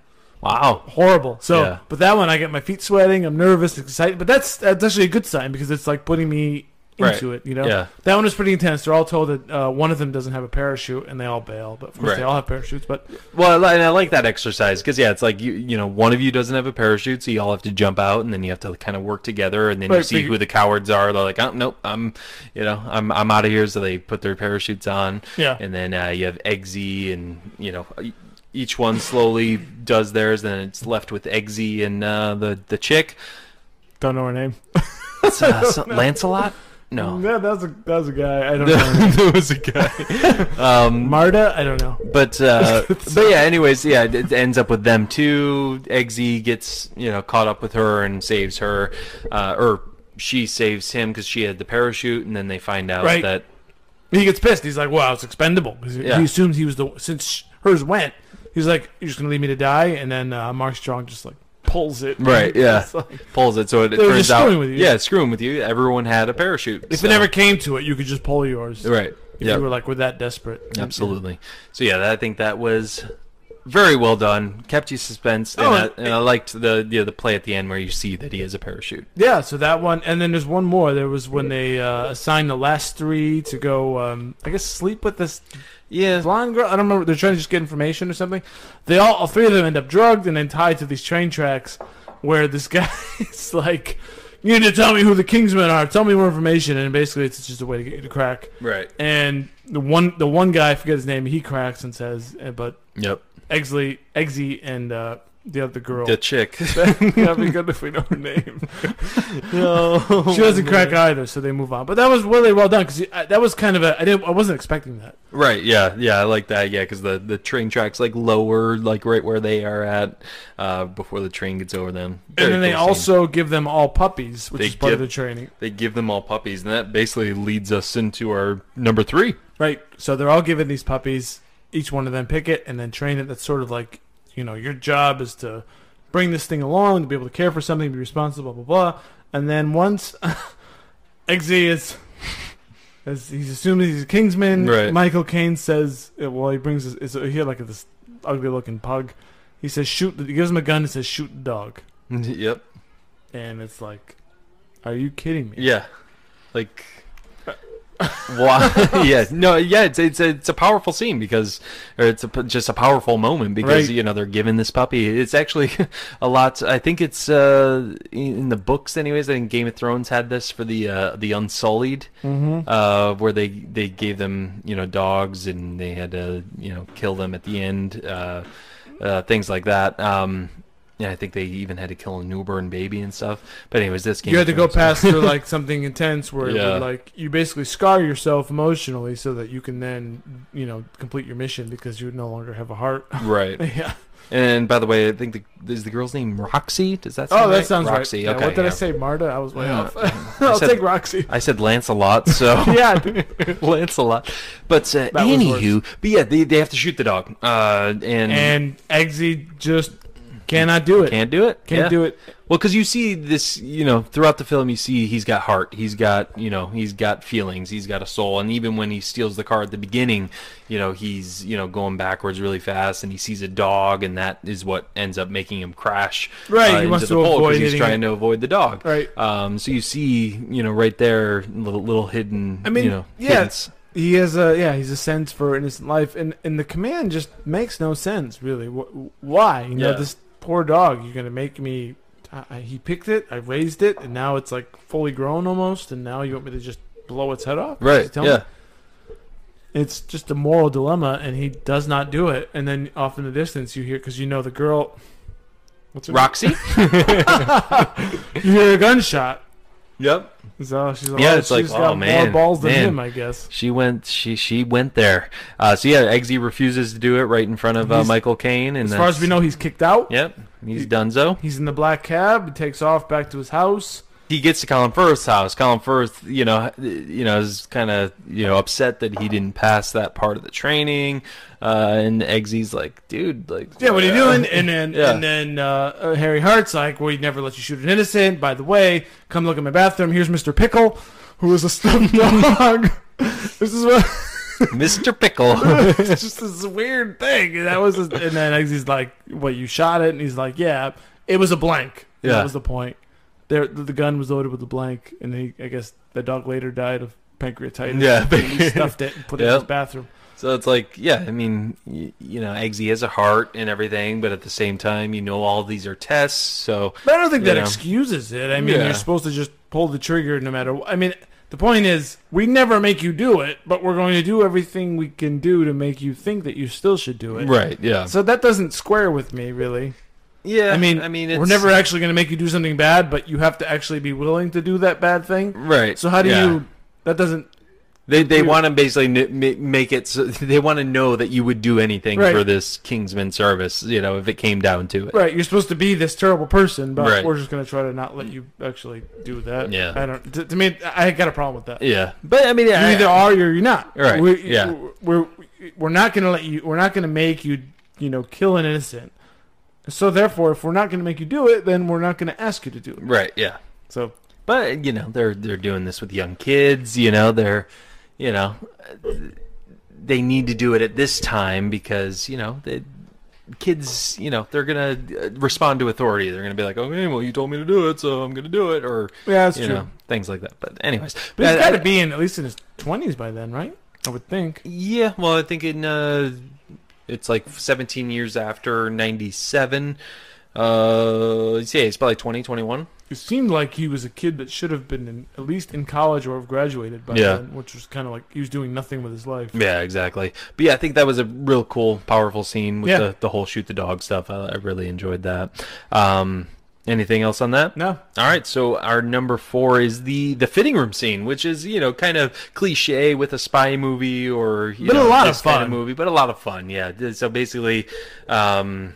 [SPEAKER 1] Wow.
[SPEAKER 2] horrible. So,
[SPEAKER 1] Yeah.
[SPEAKER 2] but that one, I get my feet sweating. I'm nervous, excited. But that's that's actually a good sign because it's like putting me
[SPEAKER 1] Right.
[SPEAKER 2] into it. You know,
[SPEAKER 1] Yeah.
[SPEAKER 2] that one was pretty intense. They're all told that uh, one of them doesn't have a parachute, and they all bail. But of course, they
[SPEAKER 1] Right.
[SPEAKER 2] all have parachutes. But
[SPEAKER 1] Well, I li- and I like that exercise because yeah, it's like you you know one of you doesn't have a parachute, so you all have to jump out, and then you have to kind of work together, and then you
[SPEAKER 2] Right,
[SPEAKER 1] see
[SPEAKER 2] but-
[SPEAKER 1] who the cowards are. They're like, oh nope, I'm you know I'm I'm out of here, so they put their parachutes on.
[SPEAKER 2] Yeah.
[SPEAKER 1] and then uh, you have Eggsy, and you know e- each one slowly does theirs, then it's left with Eggsy and uh, the the chick.
[SPEAKER 2] don't know her name. Mm,
[SPEAKER 1] It's, uh, so- Lancelot? No,
[SPEAKER 2] Yeah, that was a that was a guy. I don't know.
[SPEAKER 1] there was a guy. Um,
[SPEAKER 2] Marta. I don't know.
[SPEAKER 1] But uh, but yeah, anyways, yeah, it, it ends up with them too. Eggsy gets you know caught up with her and saves her, uh, or she saves him because she had the parachute, and then they find out
[SPEAKER 2] Right.
[SPEAKER 1] that
[SPEAKER 2] He gets pissed. He's like, "Wow, it's expendable." 'Cause he-
[SPEAKER 1] Yeah.
[SPEAKER 2] He assumes he was the since sh- hers went. He's like, "You're just gonna leave me to die," and then uh, Mark Strong just like pulls it.
[SPEAKER 1] Right, yeah.
[SPEAKER 2] It's like-
[SPEAKER 1] pulls it. So it, it
[SPEAKER 2] They were
[SPEAKER 1] turns
[SPEAKER 2] just
[SPEAKER 1] out
[SPEAKER 2] screwing with you.
[SPEAKER 1] yeah, it's screwing with you. Everyone had a parachute.
[SPEAKER 2] if
[SPEAKER 1] so-
[SPEAKER 2] it never came to it, you could just pull yours.
[SPEAKER 1] right,
[SPEAKER 2] If
[SPEAKER 1] yeah,
[SPEAKER 2] you were like, "We're that desperate."
[SPEAKER 1] absolutely. So yeah, that, I think that was. Very well done. Kept you suspense, and,
[SPEAKER 2] Oh,
[SPEAKER 1] I,
[SPEAKER 2] and-
[SPEAKER 1] and I liked the you know, the play at the end where you see that he has a parachute.
[SPEAKER 2] Yeah, so that one, and then there's one more. There was when they uh, assigned the last three to go. Um, I guess sleep with this
[SPEAKER 1] Yeah,
[SPEAKER 2] blonde girl. I don't remember. They're trying to just get information or something. They all, all three of them end up drugged and then tied to these train tracks, where this guy is like, "You need to tell me who the Kingsmen are. Tell me more information." And basically, it's just a way to get you to crack.
[SPEAKER 1] right.
[SPEAKER 2] And the one, the one guy, I forget his name. He cracks and says, eh, "But
[SPEAKER 1] Yep.
[SPEAKER 2] Exley, Exy, and uh, the other girl."
[SPEAKER 1] The chick.
[SPEAKER 2] That'd be good if we know her name. she doesn't crack either, so they move on. But that was really well done because that was kind of a I didn't I wasn't expecting that.
[SPEAKER 1] Right. Yeah. Yeah. I like that. Yeah, because the the train tracks like lower, like right where they are at, uh, before the train gets over them. Very
[SPEAKER 2] and then they
[SPEAKER 1] cool scene.
[SPEAKER 2] also give them all puppies, which
[SPEAKER 1] They
[SPEAKER 2] is part of
[SPEAKER 1] give-
[SPEAKER 2] the training,
[SPEAKER 1] they give them all puppies, and that basically leads us into our number three.
[SPEAKER 2] right? So they're all given these puppies. Each one of them pick it and then train it. That's sort of like you know your job is to bring this thing along to be able to care for something, be responsible, blah blah blah. And then once Exy is. As he's assuming he's a Kingsman.
[SPEAKER 1] Right.
[SPEAKER 2] Michael Caine says, uh, well, he brings his, is he had like this ugly looking pug. He says, shoot, the- he gives him a gun and says, shoot the dog.
[SPEAKER 1] yep.
[SPEAKER 2] And it's like, are you kidding me?
[SPEAKER 1] Yeah. Like. why? yeah. No. Yeah. It's it's a, it's a powerful scene because, or it's a, p- just a powerful moment because
[SPEAKER 2] Right.
[SPEAKER 1] you know they're given this puppy. It's actually a lot. I think it's uh in the books, anyways. I think Game of Thrones had this for the uh the Unsullied.
[SPEAKER 2] Mm-hmm.
[SPEAKER 1] uh, where they they gave them you know dogs and they had to you know kill them at the end, uh, uh, things like that. Um, yeah, I think they even had to kill a newborn baby and stuff. But anyways, this game
[SPEAKER 2] You had to go past through like something intense where it
[SPEAKER 1] Yeah.
[SPEAKER 2] would, like you basically scar yourself emotionally so that you can then you know complete your mission because you no longer have a heart.
[SPEAKER 1] right.
[SPEAKER 2] yeah.
[SPEAKER 1] And by the way, I think the is the girl's name Roxy. Does that? Sound
[SPEAKER 2] Oh, that
[SPEAKER 1] right?
[SPEAKER 2] sounds
[SPEAKER 1] Roxy.
[SPEAKER 2] right. Yeah,
[SPEAKER 1] Okay.
[SPEAKER 2] what did I
[SPEAKER 1] yeah.
[SPEAKER 2] say, Marta? I was way
[SPEAKER 1] Yeah.
[SPEAKER 2] off. I'll
[SPEAKER 1] said- Oh.
[SPEAKER 2] take Roxy.
[SPEAKER 1] I said Lancelot, so
[SPEAKER 2] Yeah.
[SPEAKER 1] Lancelot. But uh,
[SPEAKER 2] That was
[SPEAKER 1] anywho, but yeah, they, they have to shoot the dog, uh, and,
[SPEAKER 2] and Eggsy just cannot do it.
[SPEAKER 1] can't
[SPEAKER 2] Can't,
[SPEAKER 1] do it. yeah.
[SPEAKER 2] do it.
[SPEAKER 1] Well, because you see this, you know, throughout the film, you see he's got heart, he's got, you know, he's got feelings, he's got a soul, and even when he steals the car at the beginning, you know, he's, you know, going backwards really fast, and he sees a dog, and that is what ends up making him crash uh,
[SPEAKER 2] Right, he
[SPEAKER 1] into
[SPEAKER 2] wants
[SPEAKER 1] the
[SPEAKER 2] to
[SPEAKER 1] pole 'cause
[SPEAKER 2] avoid
[SPEAKER 1] he's
[SPEAKER 2] hitting
[SPEAKER 1] trying to avoid the dog.
[SPEAKER 2] Right.
[SPEAKER 1] Um. So you see, you know, right there, little, little hidden.
[SPEAKER 2] I mean,
[SPEAKER 1] you know,
[SPEAKER 2] yeah.
[SPEAKER 1] hints.
[SPEAKER 2] He has a yeah. He's a sense for innocent life, and and the command just makes no sense really. Wh- Why you know
[SPEAKER 1] Yeah.
[SPEAKER 2] this poor dog? You're gonna make me. I, I- he picked it. I raised it, and now it's like fully grown almost. And now you want me to just blow its head off?
[SPEAKER 1] Right.
[SPEAKER 2] Just tell me.
[SPEAKER 1] Yeah.
[SPEAKER 2] It's just a moral dilemma, and he does not do it. And then off in the distance, you hear because you know the girl. What's her
[SPEAKER 1] Roxy.
[SPEAKER 2] name? You hear a gunshot.
[SPEAKER 1] yep.
[SPEAKER 2] So she's like,
[SPEAKER 1] Yeah,
[SPEAKER 2] oh,
[SPEAKER 1] it's like,
[SPEAKER 2] she's
[SPEAKER 1] oh,
[SPEAKER 2] got more
[SPEAKER 1] man,
[SPEAKER 2] balls than
[SPEAKER 1] man.
[SPEAKER 2] him, I guess.
[SPEAKER 1] She went. She she went there. Uh, so yeah, Eggsy refuses to do it right in front of uh,
[SPEAKER 2] He's-
[SPEAKER 1] Michael Caine. And
[SPEAKER 2] As far as
[SPEAKER 1] that's-
[SPEAKER 2] we know, he's kicked out.
[SPEAKER 1] yep, he's Dunzo.
[SPEAKER 2] He's in the black cab. He takes off back to his house.
[SPEAKER 1] he gets to Colin Firth's house. Colin Firth, you know, you know, is kind of you know upset that he didn't pass that part of the training. Uh, and Eggsy's like, dude, like, uh,
[SPEAKER 2] Yeah, what are you doing? And then
[SPEAKER 1] Yeah.
[SPEAKER 2] and then uh, uh, Harry Hart's like, well, he never let you shoot an innocent. By the way, come look at my bathroom. Here's Mr. Pickle, who is a stuffed dog. this is what
[SPEAKER 1] Mr. Pickle.
[SPEAKER 2] it's just this weird thing. And that was, just, and then he's like, "What you shot it?" And he's like, "Yeah, it was a blank.
[SPEAKER 1] Yeah.
[SPEAKER 2] That was the point. There, the, the gun was loaded with a blank, and he, I guess, the dog later died of pancreatitis.
[SPEAKER 1] Yeah.
[SPEAKER 2] And he stuffed it and put it in
[SPEAKER 1] Yep.
[SPEAKER 2] his bathroom.
[SPEAKER 1] so it's like, yeah, I mean, you, you know, Eggsy has a heart and everything, but at the same time, you know, all these are tests. So
[SPEAKER 2] But I don't think
[SPEAKER 1] You
[SPEAKER 2] that
[SPEAKER 1] know.
[SPEAKER 2] excuses it. I mean,
[SPEAKER 1] Yeah.
[SPEAKER 2] you're supposed to just pull the trigger no matter. wh- I mean, the point is, we never make you do it, but we're going to do everything we can do to make you think that you still should do it.
[SPEAKER 1] right, yeah,
[SPEAKER 2] So that doesn't square with me, really.
[SPEAKER 1] yeah.
[SPEAKER 2] I mean,
[SPEAKER 1] I
[SPEAKER 2] I
[SPEAKER 1] mean,
[SPEAKER 2] mean,
[SPEAKER 1] it's,
[SPEAKER 2] we're never actually going to make you do something bad, but you have to actually be willing to do that bad thing.
[SPEAKER 1] right.
[SPEAKER 2] So how do
[SPEAKER 1] yeah.
[SPEAKER 2] you? That doesn't.
[SPEAKER 1] They they
[SPEAKER 2] Weird.
[SPEAKER 1] want to basically n- ma- make it. So, they want to know that you would do anything
[SPEAKER 2] Right.
[SPEAKER 1] for this Kingsman service. You know, if it came down to it.
[SPEAKER 2] Right, you're supposed to be this terrible person, but
[SPEAKER 1] Right.
[SPEAKER 2] we're just going to try to not let you actually do that.
[SPEAKER 1] Yeah.
[SPEAKER 2] I don't. To, to me, I got a problem with that.
[SPEAKER 1] Yeah, but I mean,
[SPEAKER 2] You
[SPEAKER 1] I-
[SPEAKER 2] either are or you're not.
[SPEAKER 1] Right,
[SPEAKER 2] We're,
[SPEAKER 1] yeah.
[SPEAKER 2] We're we're not going to let you. We're not going to make you. You know, kill an innocent. So therefore, if we're not going to make you do it, then we're not going to ask you to do it.
[SPEAKER 1] Right. Yeah.
[SPEAKER 2] So
[SPEAKER 1] But you know, they're they're doing this with young kids. You know, they're, you know, they need to do it at this time because you know the kids, you know, they're gonna uh, respond to authority. They're gonna be like, okay, well, you told me to do it, so I'm gonna do it, or
[SPEAKER 2] yeah, that's
[SPEAKER 1] you
[SPEAKER 2] true.
[SPEAKER 1] know, things like that. But anyways,
[SPEAKER 2] But he's
[SPEAKER 1] I-
[SPEAKER 2] got to
[SPEAKER 1] I-
[SPEAKER 2] be in at least in his twenties by then, right? I would think.
[SPEAKER 1] Yeah. Well, I think in uh, it's like 17 years after 97. Uh, yeah, it's probably 20, 21.
[SPEAKER 2] It seemed like he was a kid that should have been in, at least in college or have graduated by
[SPEAKER 1] Yeah.
[SPEAKER 2] then, which was kind of like he was doing nothing with his life.
[SPEAKER 1] Yeah, exactly. But yeah, I think that was a real cool, powerful scene with
[SPEAKER 2] Yeah.
[SPEAKER 1] the, the whole shoot the dog stuff. I, I really enjoyed that. Um, anything else on that?
[SPEAKER 2] No,
[SPEAKER 1] All right, so our number four is the the fitting room scene, which is you know kind of cliche with a spy movie or you
[SPEAKER 2] But a
[SPEAKER 1] know,
[SPEAKER 2] lot
[SPEAKER 1] this
[SPEAKER 2] of
[SPEAKER 1] kind of
[SPEAKER 2] fun.
[SPEAKER 1] movie, but a lot of fun. Yeah. Th- So basically, um,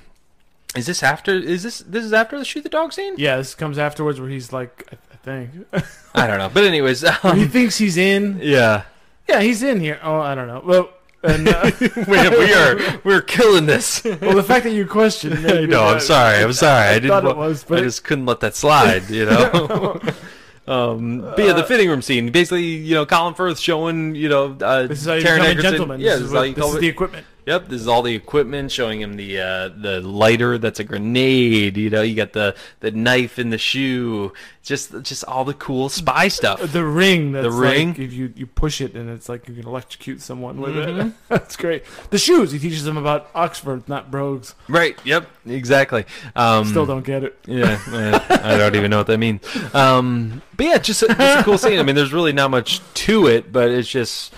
[SPEAKER 1] is this after? Is this this is after the shoot the dog scene?
[SPEAKER 2] yeah, this comes afterwards where he's like, I, I think
[SPEAKER 1] I don't know, but anyways,
[SPEAKER 2] he
[SPEAKER 1] um,
[SPEAKER 2] thinks he's in.
[SPEAKER 1] yeah.
[SPEAKER 2] Yeah, he's in here. Oh, I don't know. Well, and, uh,
[SPEAKER 1] we we are we're killing this.
[SPEAKER 2] well, the fact that you questioned. maybe,
[SPEAKER 1] no,
[SPEAKER 2] uh,
[SPEAKER 1] I'm sorry. I'm sorry. I,
[SPEAKER 2] I
[SPEAKER 1] didn't.
[SPEAKER 2] thought it
[SPEAKER 1] wa-
[SPEAKER 2] was, but
[SPEAKER 1] I just couldn't let that slide, you know. um, but yeah, the fitting room scene. Basically, you know, Colin Firth showing, you know, uh,
[SPEAKER 2] this is how you
[SPEAKER 1] Taron
[SPEAKER 2] become a
[SPEAKER 1] Egerton-
[SPEAKER 2] gentleman.
[SPEAKER 1] Yeah,
[SPEAKER 2] this, is,
[SPEAKER 1] how
[SPEAKER 2] what-
[SPEAKER 1] you
[SPEAKER 2] this
[SPEAKER 1] call
[SPEAKER 2] is
[SPEAKER 1] it-
[SPEAKER 2] the equipment.
[SPEAKER 1] Yep, this is all the equipment showing him the uh, the lighter that's a grenade. You know, you got the the knife in the shoe. Just just all the cool spy stuff.
[SPEAKER 2] The ring. That's
[SPEAKER 1] The ring?
[SPEAKER 2] Like if you you push it and it's like you can electrocute someone with
[SPEAKER 1] Mm-hmm.
[SPEAKER 2] it. that's great. The shoes. He teaches them about Oxford, not brogues.
[SPEAKER 1] Right. Yep. Exactly. Um,
[SPEAKER 2] Still don't get it.
[SPEAKER 1] Yeah, eh, I don't even know what that means. Um, but yeah, just a, just a cool scene. I mean, there's really not much to it, but it's just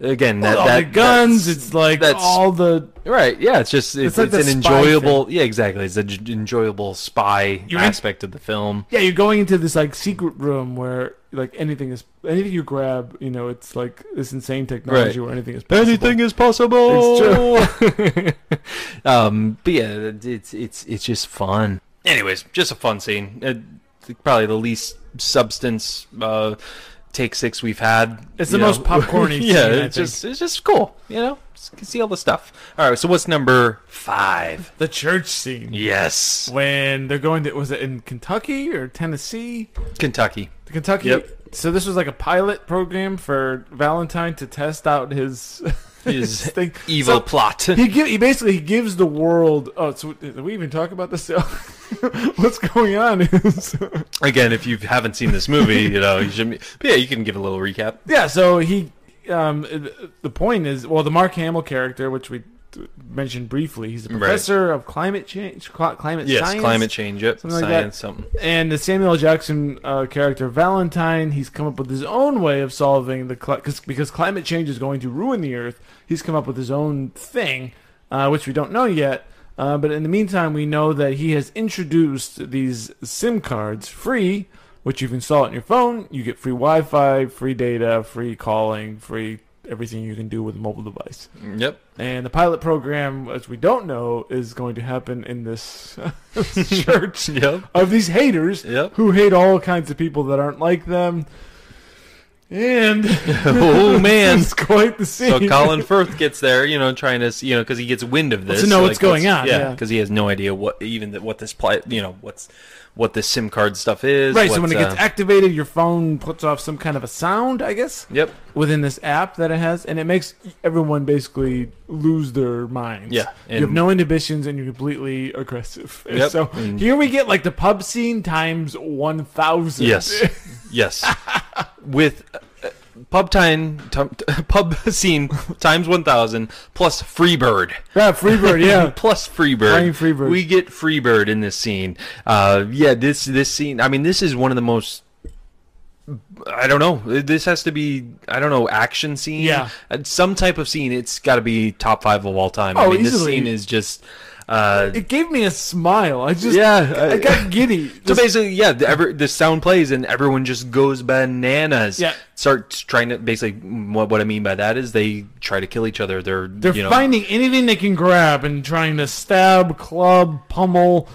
[SPEAKER 1] again that,
[SPEAKER 2] all
[SPEAKER 1] that
[SPEAKER 2] the guns.
[SPEAKER 1] that's-
[SPEAKER 2] It's like
[SPEAKER 1] that's-
[SPEAKER 2] all the
[SPEAKER 1] right. Yeah, it's just it's,
[SPEAKER 2] like
[SPEAKER 1] it's,
[SPEAKER 2] the
[SPEAKER 1] an
[SPEAKER 2] spy
[SPEAKER 1] enjoyable. Yeah, exactly. It's an enjoyable spy
[SPEAKER 2] You're in-
[SPEAKER 1] aspect of the film.
[SPEAKER 2] yeah. You're going into this like secret room where like anything is anything you grab. You know, it's like this insane technology where anything is possible.
[SPEAKER 1] is possible.
[SPEAKER 2] It's
[SPEAKER 1] um, but yeah, it- it's it's it's just fun. Anyways, just a fun scene. Uh, it's probably the least substance uh, take six we've had.
[SPEAKER 2] It's the
[SPEAKER 1] you know.
[SPEAKER 2] most popcorny.
[SPEAKER 1] yeah,
[SPEAKER 2] scene, I
[SPEAKER 1] it's
[SPEAKER 2] think.
[SPEAKER 1] just it's just cool. You know, Just can see all the stuff. All right, so what's number five?
[SPEAKER 2] the church scene
[SPEAKER 1] Yes,
[SPEAKER 2] when they're going to was it in Kentucky or Tennessee?
[SPEAKER 1] Kentucky.
[SPEAKER 2] Kentucky.
[SPEAKER 1] Yep.
[SPEAKER 2] So this was like a pilot program for Valentine to test out his
[SPEAKER 1] His
[SPEAKER 2] thing.
[SPEAKER 1] Evil
[SPEAKER 2] So-
[SPEAKER 1] plot.
[SPEAKER 2] he give, he basically he gives the world. Oh, so did we even talk about this? What's going on? Is
[SPEAKER 1] Again, if you haven't seen this movie, you know you should. Be, but yeah, you can give a little recap.
[SPEAKER 2] yeah. So he, um, the point is, well, the Mark Hamill character, which we mentioned briefly, he's a
[SPEAKER 1] Right.
[SPEAKER 2] professor of climate change, cl- climate
[SPEAKER 1] Yes,
[SPEAKER 2] science,
[SPEAKER 1] climate change. Yep,
[SPEAKER 2] Something like that.
[SPEAKER 1] science. Something.
[SPEAKER 2] and the Samuel L. Jackson uh, character Valentine, he's come up with his own way of solving the cli- cause, because climate change is going to ruin the Earth. He's come up with his own thing, uh, which we don't know yet. Uh, but in the meantime, we know that he has introduced these SIM cards free, which you can install it on your phone. You get free Wi Fi, free data, free calling, free everything you can do with a mobile device.
[SPEAKER 1] Yep.
[SPEAKER 2] And the pilot program, as we don't know, is going to happen in this church
[SPEAKER 1] Yep.
[SPEAKER 2] of these haters
[SPEAKER 1] Yep.
[SPEAKER 2] who hate all kinds of people that aren't like them. And
[SPEAKER 1] oh man.
[SPEAKER 2] it's quite the scene.
[SPEAKER 1] So Colin Firth gets there, you know, trying to, s- you know, because he gets wind of this,
[SPEAKER 2] To know what's going on,
[SPEAKER 1] yeah,
[SPEAKER 2] yeah.
[SPEAKER 1] because he has no idea what even that what this pli you know, what's what this SIM card stuff is,
[SPEAKER 2] Right, so when it
[SPEAKER 1] what's,
[SPEAKER 2] gets
[SPEAKER 1] uh,
[SPEAKER 2] activated, your phone puts off some kind of a sound, I guess,
[SPEAKER 1] yep,
[SPEAKER 2] within this app that it has, and it makes everyone basically lose their minds.
[SPEAKER 1] Yeah,
[SPEAKER 2] you have
[SPEAKER 1] and-
[SPEAKER 2] no inhibitions, and you're completely aggressive. And
[SPEAKER 1] Yep, Mm.
[SPEAKER 2] So
[SPEAKER 1] and-
[SPEAKER 2] here we get like the pub scene times one thousand.
[SPEAKER 1] yes, yes, with uh, pub time, tum- pub scene times one thousand plus Freebird.
[SPEAKER 2] yeah, Freebird. Yeah,
[SPEAKER 1] plus Freebird.
[SPEAKER 2] Playing Freebird.
[SPEAKER 1] We get Freebird in this scene. Uh, yeah, this this scene. I mean, this is one of the most. I don't know. This has to be I don't know action scene.
[SPEAKER 2] Yeah.
[SPEAKER 1] Uh, some type of scene. It's got to be top five of all time. I
[SPEAKER 2] Oh,
[SPEAKER 1] mean,
[SPEAKER 2] easily.
[SPEAKER 1] this scene is just. Uh,
[SPEAKER 2] it gave me a smile. I just
[SPEAKER 1] Yeah,
[SPEAKER 2] I,
[SPEAKER 1] I-
[SPEAKER 2] got giddy.
[SPEAKER 1] so
[SPEAKER 2] Just-
[SPEAKER 1] basically, yeah, the, ever, the sound plays and everyone just goes bananas.
[SPEAKER 2] Yeah.
[SPEAKER 1] starts trying to basically what, what I mean by that is they try to kill each other. They're
[SPEAKER 2] they're
[SPEAKER 1] you know,
[SPEAKER 2] finding anything they can grab and trying to stab, club, pummel.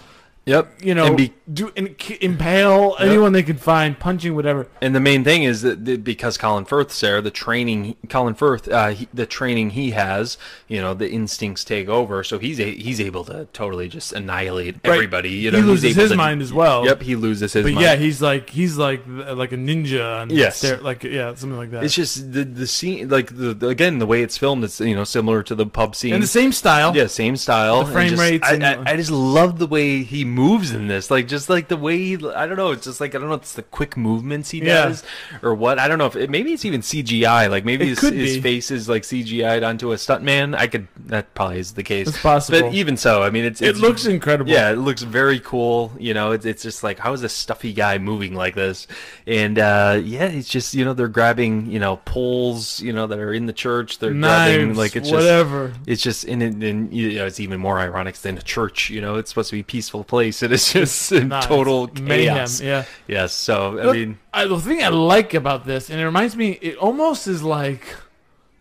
[SPEAKER 1] Yep,
[SPEAKER 2] You know,
[SPEAKER 1] and be,
[SPEAKER 2] do and ki- impale anyone they can find, punching whatever.
[SPEAKER 1] And the main thing is that that because Colin Firth's there, the training Colin Firth, uh, he, the training he has, you know, the instincts take over, so he's a, he's able to totally just annihilate everybody. You know,
[SPEAKER 2] he
[SPEAKER 1] he's
[SPEAKER 2] loses
[SPEAKER 1] able
[SPEAKER 2] his
[SPEAKER 1] to-
[SPEAKER 2] mind as well.
[SPEAKER 1] Yep, he loses his
[SPEAKER 2] But
[SPEAKER 1] mind.
[SPEAKER 2] yeah, he's like he's like like a ninja. And
[SPEAKER 1] Yes.
[SPEAKER 2] stare- like yeah, something like that.
[SPEAKER 1] it's just the the scene, like the, the- again the way it's filmed, it's you know similar to the pub scene.
[SPEAKER 2] in the same style.
[SPEAKER 1] yeah, same style.
[SPEAKER 2] The
[SPEAKER 1] and
[SPEAKER 2] frame
[SPEAKER 1] just-
[SPEAKER 2] rates
[SPEAKER 1] I,
[SPEAKER 2] and-
[SPEAKER 1] I, I just love the way he moves in this. Like, just like the way he, I don't know. It's just like I don't know. It's the quick movements he
[SPEAKER 2] Yeah.
[SPEAKER 1] does, or what. I don't know if it, maybe it's even CGI. Like maybe
[SPEAKER 2] It
[SPEAKER 1] his,
[SPEAKER 2] could
[SPEAKER 1] his
[SPEAKER 2] be.
[SPEAKER 1] face is like CGI'd onto a stuntman. I could. That probably is the case.
[SPEAKER 2] It's possible.
[SPEAKER 1] But even so, I mean, it's,
[SPEAKER 2] it
[SPEAKER 1] it's-
[SPEAKER 2] looks incredible.
[SPEAKER 1] Yeah, it looks very cool. You know, it's, it's just like how is a stuffy guy moving like this? And uh, yeah, it's just you know they're grabbing you know poles you know that are in the church. They're grabbing
[SPEAKER 2] knives,
[SPEAKER 1] like it's just
[SPEAKER 2] whatever.
[SPEAKER 1] it's just in and and, you know, it's even more ironic than a church. You know, it's supposed to be a peaceful place, and it's just in
[SPEAKER 2] Knives,
[SPEAKER 1] total
[SPEAKER 2] mayhem,
[SPEAKER 1] chaos.
[SPEAKER 2] yeah.
[SPEAKER 1] Yes. So I
[SPEAKER 2] Look,
[SPEAKER 1] mean,
[SPEAKER 2] I, the thing I like about this, and it reminds me, it almost is like,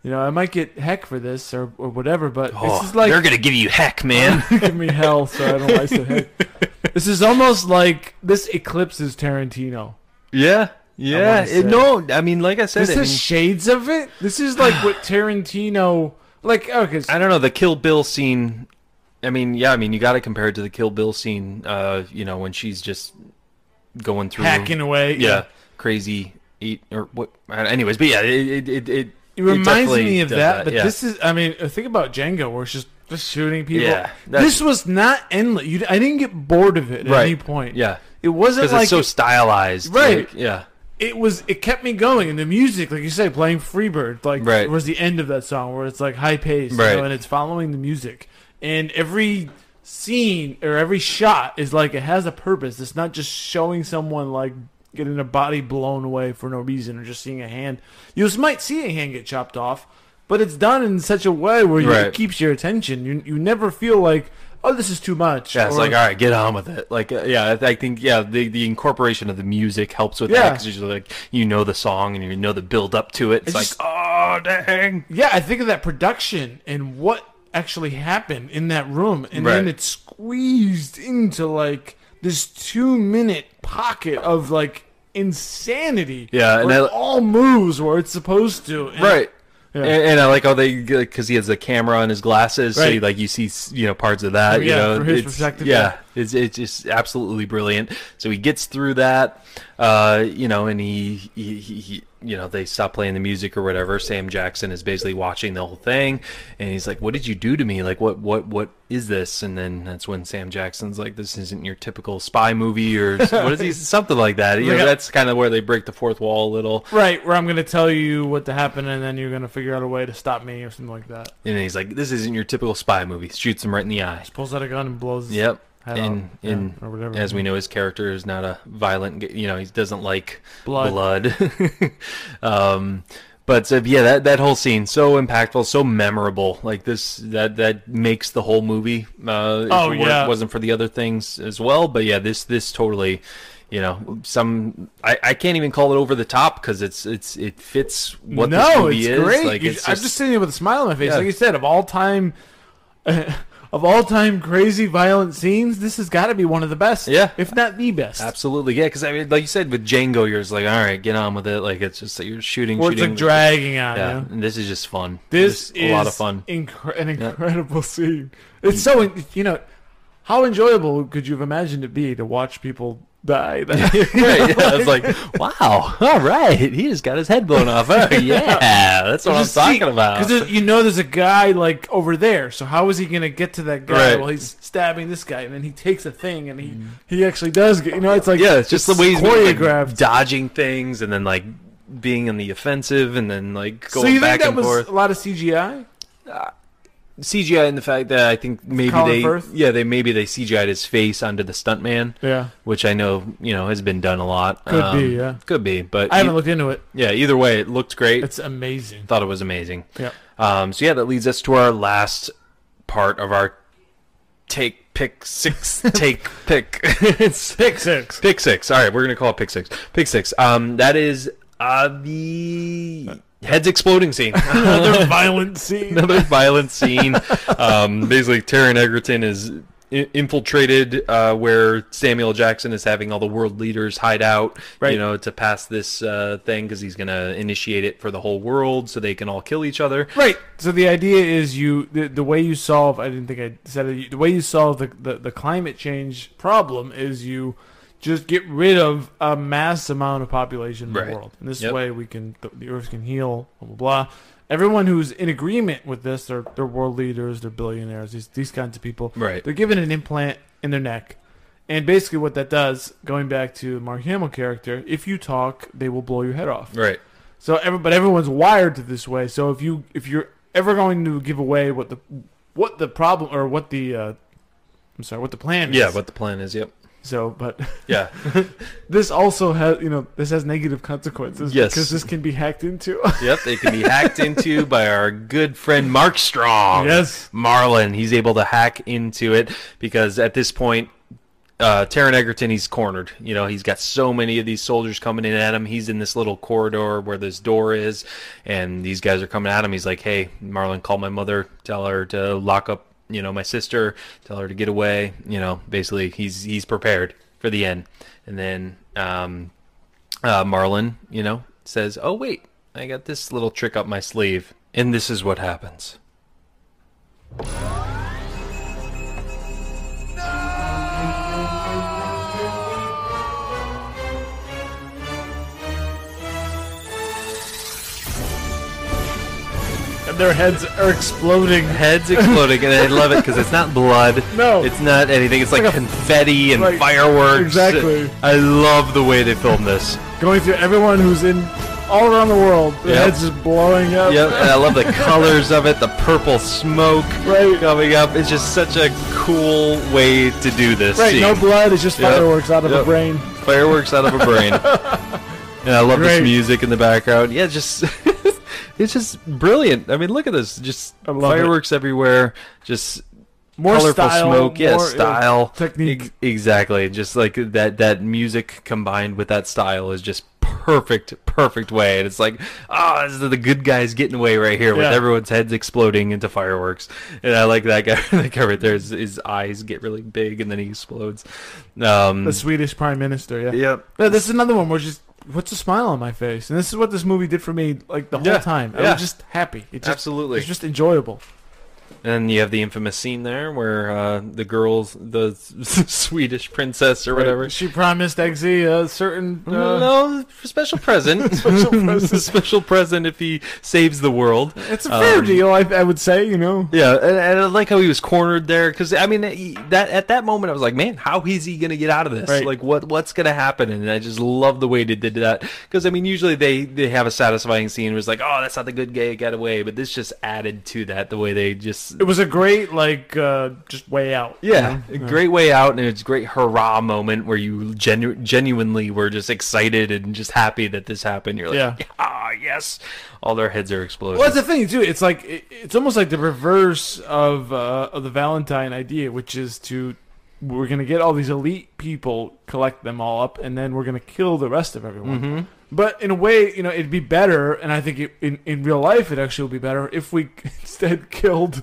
[SPEAKER 2] you know, I might get heck for this or, or whatever, but
[SPEAKER 1] oh,
[SPEAKER 2] this is like
[SPEAKER 1] they're gonna give you heck, man.
[SPEAKER 2] give me hell, so I don't like the heck. This is almost like this eclipses Tarantino.
[SPEAKER 1] yeah.
[SPEAKER 2] I
[SPEAKER 1] Yeah.
[SPEAKER 2] wanna
[SPEAKER 1] it-
[SPEAKER 2] say.
[SPEAKER 1] no, I mean, like I said,
[SPEAKER 2] This
[SPEAKER 1] I, mean,
[SPEAKER 2] is shades of it. This is like what Tarantino, like okay, so
[SPEAKER 1] I don't know the Kill Bill scene. I mean, yeah. I mean, you got to compare it to the Kill Bill scene. Uh, you know, when she's just going through
[SPEAKER 2] hacking away.
[SPEAKER 1] yeah, crazy eat or what. Anyways, but yeah, it it it. it
[SPEAKER 2] It reminds
[SPEAKER 1] definitely
[SPEAKER 2] me of
[SPEAKER 1] does
[SPEAKER 2] that, but
[SPEAKER 1] yeah.
[SPEAKER 2] this is, I mean, uh, think about Django where it's just, just shooting people.
[SPEAKER 1] Yeah, that's-
[SPEAKER 2] this was not endless. You, I didn't get bored of it at
[SPEAKER 1] Right.
[SPEAKER 2] any point.
[SPEAKER 1] Yeah.
[SPEAKER 2] It wasn't
[SPEAKER 1] because
[SPEAKER 2] like
[SPEAKER 1] it's so stylized,
[SPEAKER 2] Right.
[SPEAKER 1] like, yeah,
[SPEAKER 2] it was it kept me going and the music like you say playing freebird like
[SPEAKER 1] Right.
[SPEAKER 2] was the end of that song where it's like high pace you
[SPEAKER 1] Right.
[SPEAKER 2] know, and it's following the music and every scene or every shot is like it has a purpose it's not just showing someone like getting a body blown away for no reason or just seeing a hand you just might see a hand get chopped off but it's done in such a way where you,
[SPEAKER 1] Right.
[SPEAKER 2] it keeps your attention you, you never feel like oh this is too much
[SPEAKER 1] yeah. It's
[SPEAKER 2] or-
[SPEAKER 1] like, all right, get on with it. Like, uh, yeah, I th- I think yeah, the, the incorporation of the music helps with that
[SPEAKER 2] Yeah.
[SPEAKER 1] because you're like, you know the song and you know the build up to it. It's,
[SPEAKER 2] It's
[SPEAKER 1] like,
[SPEAKER 2] just-
[SPEAKER 1] oh dang,
[SPEAKER 2] Yeah, I think of that production and what actually happened in that room, and then
[SPEAKER 1] Right.
[SPEAKER 2] it's squeezed into like this two-minute pocket of like insanity.
[SPEAKER 1] Yeah, and
[SPEAKER 2] where
[SPEAKER 1] I-
[SPEAKER 2] it all moves where it's supposed to. and-
[SPEAKER 1] right.
[SPEAKER 2] Yeah.
[SPEAKER 1] And, and I like how they because he has the camera on his glasses, so
[SPEAKER 2] Right.
[SPEAKER 1] you, like you see s- you know parts of that.
[SPEAKER 2] Oh, yeah,
[SPEAKER 1] you know,
[SPEAKER 2] from his
[SPEAKER 1] it's,
[SPEAKER 2] perspective,
[SPEAKER 1] Yeah,
[SPEAKER 2] yeah.
[SPEAKER 1] it's it's just absolutely brilliant. So he gets through that, uh, you know, and he, he, he, he you know they stop playing the music or whatever. Sam Jackson is basically watching the whole thing, and he's like, "What did you do to me? Like, what what what is this?" And then that's when Sam Jackson's like, "This isn't your typical spy movie or s- what is he something like that." You know,
[SPEAKER 2] Yeah.
[SPEAKER 1] that's kind of where they break the fourth wall a little.
[SPEAKER 2] Right, where I'm gonna tell you what to happen, and then you're gonna figure out a way to stop me or something like that.
[SPEAKER 1] And he's like, "This isn't your typical spy movie." Shoots him right in the eye.
[SPEAKER 2] Pulls out a gun and blows. his
[SPEAKER 1] Yep.
[SPEAKER 2] head
[SPEAKER 1] and
[SPEAKER 2] off, yeah,
[SPEAKER 1] and
[SPEAKER 2] or whatever.
[SPEAKER 1] as we know, his character is not a violent. g- You know, he doesn't like
[SPEAKER 2] Blood.
[SPEAKER 1] blood. um, But uh, yeah, that, that whole scene so impactful, so memorable. Like this, that that makes the whole movie. Uh, if
[SPEAKER 2] Oh,
[SPEAKER 1] it weren't-
[SPEAKER 2] yeah.
[SPEAKER 1] wasn't for the other things as well. But yeah, this this totally, you know, some I, I can't even call it over the top because it's it's it fits what this
[SPEAKER 2] no,
[SPEAKER 1] movie
[SPEAKER 2] it's
[SPEAKER 1] is.
[SPEAKER 2] great.
[SPEAKER 1] Like
[SPEAKER 2] You-
[SPEAKER 1] it's
[SPEAKER 2] I'm just sitting here with a smile on my face.
[SPEAKER 1] Yeah.
[SPEAKER 2] Like you said, of all time, of all time crazy violent scenes, this has got to be one of the best.
[SPEAKER 1] Yeah.
[SPEAKER 2] if not the best.
[SPEAKER 1] absolutely yeah. Because I mean, like you said with Django, you're just like, all right, get on with it. Like it's just that you're shooting,
[SPEAKER 2] Or it's
[SPEAKER 1] shooting.
[SPEAKER 2] like dragging on
[SPEAKER 1] yeah,
[SPEAKER 2] you.
[SPEAKER 1] and this is just fun.
[SPEAKER 2] This
[SPEAKER 1] Just
[SPEAKER 2] is
[SPEAKER 1] a lot of fun.
[SPEAKER 2] incre- an incredible scene. It's so in- you know how enjoyable could you have imagined it be to watch people die?
[SPEAKER 1] right. Yeah, I was like, wow, all right. He just got his head blown off. Oh, yeah, that's what I'm talking about.
[SPEAKER 2] Because you know there's a guy like over there, so how is he gonna get to that guy?
[SPEAKER 1] Right.
[SPEAKER 2] Well, he's stabbing this guy, and then he takes a thing, and he he actually does get. You know, it's like
[SPEAKER 1] yeah, it's just the way he's like,
[SPEAKER 2] choreographed.
[SPEAKER 1] dodging things and then like being on the offensive and then like
[SPEAKER 2] so
[SPEAKER 1] going
[SPEAKER 2] you
[SPEAKER 1] back
[SPEAKER 2] think that
[SPEAKER 1] and
[SPEAKER 2] was
[SPEAKER 1] forth.
[SPEAKER 2] a lot of CGI?
[SPEAKER 1] CGI and the fact that I think maybe
[SPEAKER 2] Colin
[SPEAKER 1] they
[SPEAKER 2] Firth?
[SPEAKER 1] yeah they maybe they CGI'd his face onto the stuntman,
[SPEAKER 2] Yeah,
[SPEAKER 1] which I know you know has been done a lot.
[SPEAKER 2] Could be, yeah.
[SPEAKER 1] could be, but
[SPEAKER 2] I
[SPEAKER 1] e-
[SPEAKER 2] haven't looked into it.
[SPEAKER 1] yeah, either way, it looked great.
[SPEAKER 2] It's amazing.
[SPEAKER 1] thought it was amazing.
[SPEAKER 2] Yeah.
[SPEAKER 1] Um, so yeah, that leads us to our last part of our take pick six take pick It's
[SPEAKER 2] Pick six.
[SPEAKER 1] pick six. All right, we're gonna call it pick six. Pick six. Um, that is uh, the
[SPEAKER 2] Uh,
[SPEAKER 1] heads exploding scene.
[SPEAKER 2] Another violent scene.
[SPEAKER 1] Another violent scene. Um, basically, Taron Egerton is i- infiltrated uh, where Samuel Jackson is having all the world leaders hide out,
[SPEAKER 2] Right.
[SPEAKER 1] you know, to pass this uh, thing because he's going to initiate it for the whole world so they can all kill each other.
[SPEAKER 2] Right. So the idea is you the, the way you solve I didn't think I said it the way you solve the, the, the climate change problem is you just get rid of a mass amount of population in
[SPEAKER 1] Right.
[SPEAKER 2] the world. And this
[SPEAKER 1] Yep.
[SPEAKER 2] way we can the, the earth can heal, blah blah blah. Everyone who's in agreement with this, they're, they're world leaders, they're billionaires, these, these kinds of people.
[SPEAKER 1] Right.
[SPEAKER 2] They're given an implant in their neck. And basically what that does, going back to Mark Hamill character, if you talk, they will blow your head off.
[SPEAKER 1] Right.
[SPEAKER 2] So, every, but everyone's wired to this way. So if you if you're ever going to give away what the what the problem or what the uh, I'm sorry, what the plan
[SPEAKER 1] Yeah,
[SPEAKER 2] is.
[SPEAKER 1] what the plan is. Yep.
[SPEAKER 2] so, but
[SPEAKER 1] Yeah.
[SPEAKER 2] this also has you know this has negative consequences
[SPEAKER 1] Yes.
[SPEAKER 2] because this can be hacked into.
[SPEAKER 1] Yep. They can be hacked into by our good friend Mark Strong.
[SPEAKER 2] Yes.
[SPEAKER 1] Marlin. He's able to hack into it because at this point, uh, Taron Egerton, he's cornered. You know, he's got so many of these soldiers coming in at him. He's in this little corridor where this door is, and these guys are coming at him. He's like, "Hey, Marlin, call my mother. Tell her to lock up. You know, my sister. Tell her to get away. You know, basically, he's he's prepared for the end. And then um, uh, Marlin, you know, says, "Oh wait, I got this little trick up my sleeve." And this is what happens.
[SPEAKER 2] and their heads are exploding.
[SPEAKER 1] heads exploding, and I love it because it's not blood.
[SPEAKER 2] No.
[SPEAKER 1] it's not anything. It's like,
[SPEAKER 2] like a-
[SPEAKER 1] confetti and
[SPEAKER 2] like-
[SPEAKER 1] fireworks.
[SPEAKER 2] exactly.
[SPEAKER 1] I love the way they filmed this.
[SPEAKER 2] Going through everyone who's in all around the world, their
[SPEAKER 1] Yep.
[SPEAKER 2] heads just blowing up.
[SPEAKER 1] Yep, and I love the colors of it. The purple smoke
[SPEAKER 2] Right.
[SPEAKER 1] coming up. It's just such a cool way to do this.
[SPEAKER 2] Right, no
[SPEAKER 1] scene.
[SPEAKER 2] blood, it's just
[SPEAKER 1] Yep.
[SPEAKER 2] fireworks out of
[SPEAKER 1] Yep.
[SPEAKER 2] a brain.
[SPEAKER 1] fireworks out of a brain. and I love this
[SPEAKER 2] Great.
[SPEAKER 1] music in the background. Yeah, just it's just brilliant. I mean, look at this. Just
[SPEAKER 2] I love it.
[SPEAKER 1] fireworks everywhere. Just
[SPEAKER 2] More
[SPEAKER 1] colorful
[SPEAKER 2] style,
[SPEAKER 1] smoke, yeah,
[SPEAKER 2] more, uh,
[SPEAKER 1] style
[SPEAKER 2] technique.
[SPEAKER 1] Ex- exactly. Just like that, that music combined with that style is just perfect, perfect way. And it's like, ah, this is the good guys getting away right here with
[SPEAKER 2] Yeah.
[SPEAKER 1] everyone's heads exploding into fireworks. And I like that guy. that guy right there, his, his eyes get really big and then he explodes. Um,
[SPEAKER 2] The Swedish prime minister, yeah.
[SPEAKER 1] yep.
[SPEAKER 2] No, this is another one where just what's a smile on my face, and this is what this movie did for me. Like the whole
[SPEAKER 1] Yeah,
[SPEAKER 2] time, I
[SPEAKER 1] yeah.
[SPEAKER 2] was just happy. It just,
[SPEAKER 1] Absolutely.
[SPEAKER 2] it's just enjoyable.
[SPEAKER 1] And you have the infamous scene there where uh, the girls, the Swedish princess or whatever, Mm,
[SPEAKER 2] She promised Eggsy a certain. Uh,
[SPEAKER 1] no, special present.
[SPEAKER 2] Special present.
[SPEAKER 1] special present if he saves the world.
[SPEAKER 2] it's a fair
[SPEAKER 1] Um,
[SPEAKER 2] deal, I, I would say. You know,
[SPEAKER 1] Yeah, and, and I like how he was cornered there because I mean that, that at that moment I was like, man, how is he gonna get out of this?
[SPEAKER 2] Right.
[SPEAKER 1] Like, what what's gonna happen? And I just love the way they did that because I mean usually they they have a satisfying scene. It was like, oh, that's how the good guy got away, but this just added to that the way they just
[SPEAKER 2] it was a great like uh, just way out. you
[SPEAKER 1] Yeah,
[SPEAKER 2] know?
[SPEAKER 1] a great way out, and it's a great hurrah moment where you genu- genuinely were just excited and just happy that this happened. You're like,
[SPEAKER 2] Yeah.
[SPEAKER 1] ah, yeah, yes, all their heads are exploding.
[SPEAKER 2] Well, that's the thing too. It's like it, it's almost like the reverse of uh, of the Valentine idea, which is to we're gonna get all these elite people, collect them all up, and then we're gonna kill the rest of everyone.
[SPEAKER 1] Mm-hmm.
[SPEAKER 2] But in a way, you know, it'd be better, and I think it, in in real life, it actually would be better if we instead killed